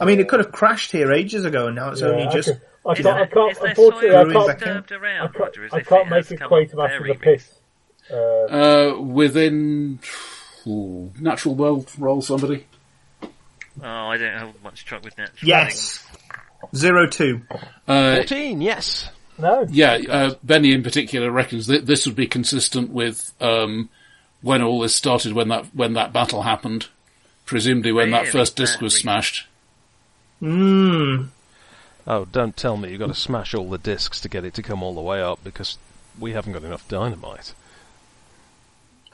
I mean, it could have crashed here ages ago, and now it's
yeah,
only
I
just.
can- I
Is
can't, I
there-
can't,
is there
unfortunately,
soil
soil
I can't,
back in?
disturbed
I
around,
can't,
Roger? As
I
if it
can't
has
make a
come up
Quatermass of the
very
piss.
recent.
Uh,
Uh, within ooh, natural world roll somebody.
Oh, I don't have much truck with natural.
Yes. Zero two.
Uh,
Fourteen, yes.
no,
yeah, uh, Benny in particular reckons that this would be consistent with um, when all this started, when that when that battle happened, presumably when that
Really
first disc
bad
was
reason.
smashed.
Mmm.
Oh, don't tell me you've got to smash all the discs to get it to come all the way up because we haven't got enough dynamite.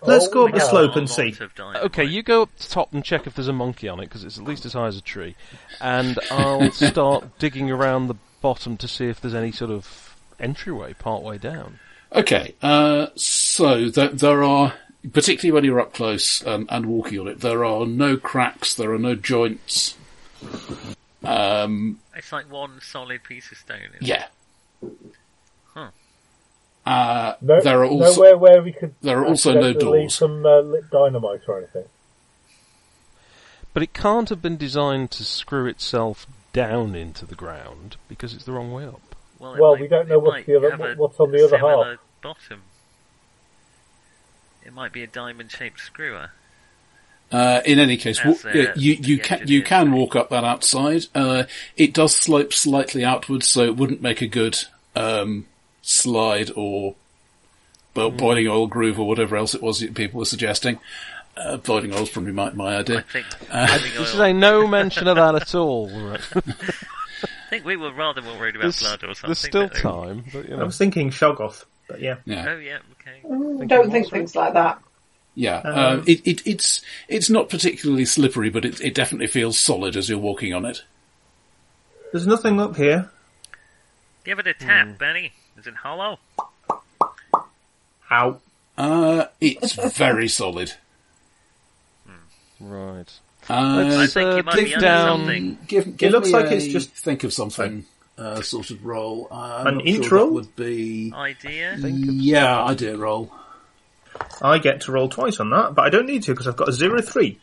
Let's
Oh,
go up
yeah.
the slope and see.
Okay, you go up to top and check if there's a monkey on it because it's at least as high as a tree, and I'll start digging around the bottom to see if there's any sort of entryway part way down.
Okay, uh, so th- there are, particularly when you're up close and, and walking on it, there are no cracks, there are no joints. Um,
It's like one solid piece of stone. isn't it?
yeah.
Huh.
Uh,
no,
there are also
nowhere where we could.
there are also no
accidentally
doors.
Some uh, lit dynamite or anything.
But it can't have been designed to screw itself down into the ground because it's the wrong way up.
it
Well,
might-
we don't know
it
what's
might
the other-
have a
what's on the other
similar Bottom. It might be a diamond-shaped screwer.
Uh, in any case, wa-
As, uh,
you you
the
can you can
engineer.
walk up that outside. Uh, it does slope slightly outwards, so it wouldn't make a good um, slide or well, boiling oil groove or whatever else it was that people were suggesting. Uh, boiling oil's probably my, my
I
idea.
think.
Uh, This is
I
a no mention of that at all. Right.
think we were rather more worried about
There's,
blood or something.
there's still
but-
time, but you
I
know.
was thinking Shoggoth, but yeah.
Yeah.
Oh yeah. Okay.
Mm, don't think things like that.
Yeah,
Um,
Uh-huh.
um, it, it, it's it's not particularly slippery, but it, it definitely feels solid as you're walking on it.
There's nothing up here.
Give it a tap,
Hmm.
Benny. Is it hollow?
Ow.
Uh, it's very solid.
Right.
Uh,
I
Let's,
think
uh,
you might
dig
be under
down-
something.
give, give
looks
me
like
a
it's just-
think of something uh, sort of roll. Uh, I'm
An
not sure
intro?
that would be
Idea.
yeah, idea roll.
I get to roll twice on that, but I don't need to because I've got a zero three.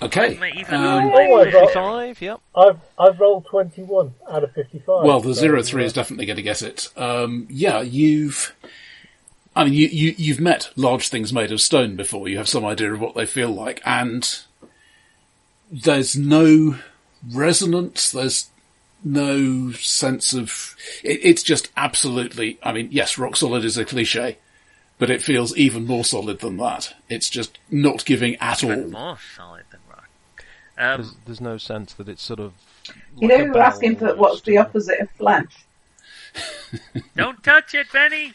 Okay.
Mate, even
Um,
though I
oh my
made
God.
it,
Five, yep.
I've I've rolled twenty one out of fifty five.
well, the zero three is definitely going to get it. Um, yeah, you've. I mean, you, you you've met large things made of stone before. You have some idea of what they feel like, and there's no resonance. There's no sense of. It, it's just absolutely. I mean, yes, rock solid is a cliche, but it feels even more solid than that. It's just not giving at
even
all.
more solid than rock. Um,
There's, there's no sense that it's sort of.
You
like
know,
a
we were asking
barrel
for what's the
almost.
opposite of flesh.
Don't touch it, Benny.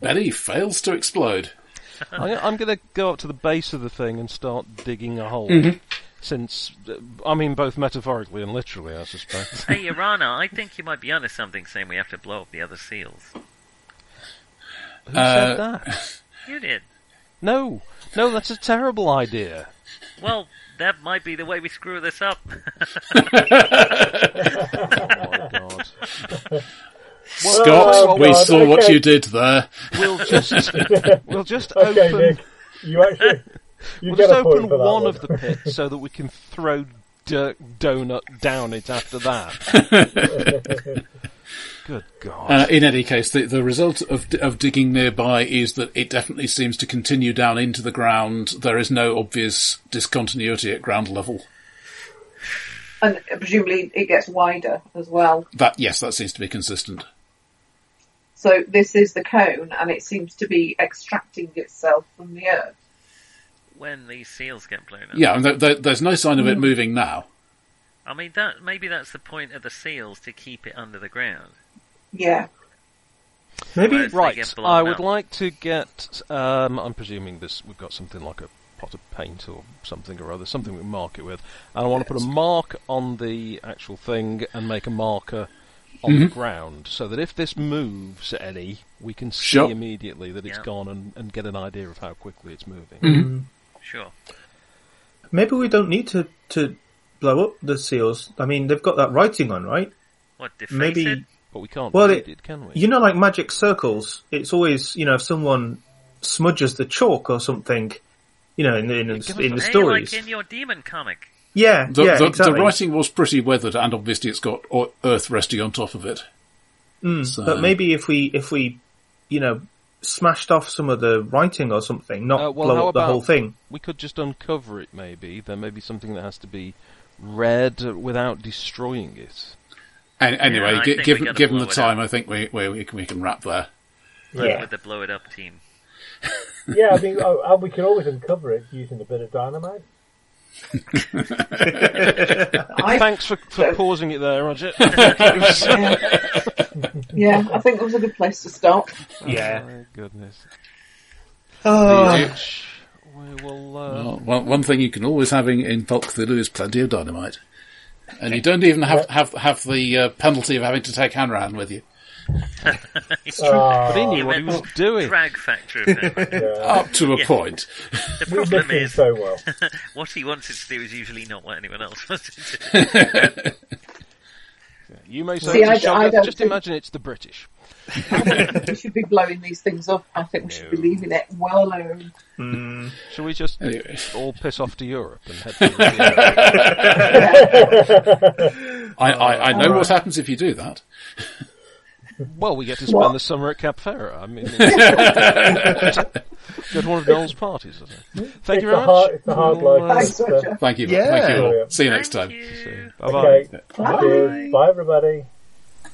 Benny fails to explode.
I'm, I'm going to go up to the base of the thing and start digging a hole.
Mm-hmm.
Since, uh, I mean, both metaphorically and literally, I suspect.
Hey, Irana, I think you might be onto something saying we have to blow up the other seals.
Who
Uh,
said that?
You did.
No, no, that's a terrible idea.
Well, that might be the way we screw this up.
Oh my god.
Scott,
Oh,
we
God,
saw what
okay.
you did there.
We'll just, we'll just
Okay,
open,
Nick, you actually you
we'll
get
just
a point
open
for that
one of the pits so that we can throw Dirk Donut down it after that. Good god.
Uh, in any case, the, the result of, of digging nearby is that it definitely seems to continue down into the ground. There is no obvious discontinuity at ground level.
And presumably it gets wider as well.
That yes, that seems to be consistent.
So this is the cone and it seems to be extracting itself from the earth.
when these seals get blown up.
Yeah, and there, there, there's no sign of
Mm.
it moving now.
I mean, that maybe that's the point of the seals to keep it under the ground.
Yeah.
Maybe
Whereas they
Right,
get blown
I would
out.
like to get. Um, I'm presuming this. We've got something like a pot of paint or something or other, something we can mark it with, and I want to put a mark on the actual thing and make a marker on the ground, so that if this moves any, we can see
Sure.
immediately that it's
Yeah.
gone and, and get an idea of how quickly it's moving.
Sure.
maybe we don't need to to blow up the seals. I mean, they've got that writing on, right?
What deface
Maybe
it?
But we can't
Well,
read
it-
it, can we?
you know, like magic circles. It's always you know if someone smudges the chalk or something, you know, in the, in,
gives
the, in the
Hey,
stories.
like in your demon comic.
yeah,
The,
yeah,
the,
exactly.
the writing was pretty weathered, and obviously it's got o- earth resting on top of it.
Mm,
So-
But maybe if we if we you know smashed off some of the writing or something, not
Uh, well,
blow
how
up the
about-
whole thing.
we could just uncover it. Maybe there may be something that has to be read uh, without destroying it.
And, anyway,
Yeah, I
gi-
think we
given
gotta
given the
blow it
time, I think we we, we, can, we can wrap there.
Like
Yeah.
with the blow it up team.
Yeah, I mean, oh, and we can always uncover it using a bit of dynamite.
I,
Thanks for, for pausing it there, Roger.
yeah. yeah, I think that was a good place to stop.
Yeah.
My goodness.
Ah.
You-
Which we will. Uh,
Well, one, one thing you can always have in, in Pulp Cthulhu is plenty of dynamite. And you don't even have, have, have the uh, penalty of having to take Hanrahan with you.
Ah,
But he knew what he
meant
was doing.
Drag factor of it.
yeah.
Up to a point.
The
We miss
problem
him
is,
so well.
what he wanted to do is usually not what anyone else wanted to do.
You may say,
See,
it's
I
a
d-
shock,
I don't
just
think-
imagine it's the British.
We should be blowing these things up. I think we should be leaving it well alone.
Shall we just
Anyway.
all piss off to Europe and head to the
I, I, I know what happens if you do that.
uh, Well, we get to spend
What?
the summer at Cap Ferrer. I mean, it's- go to one of Noel's parties. I think. Thank you
It's a
very much.
hard- it's a hard
We'll,
life.
uh,
Thanks,
Uh,
Roger.
Thank you.
Yeah.
Thank you all. See you
Thank
next time.
you.
see. Bye-bye.
Okay.
Bye.
Bye, everybody.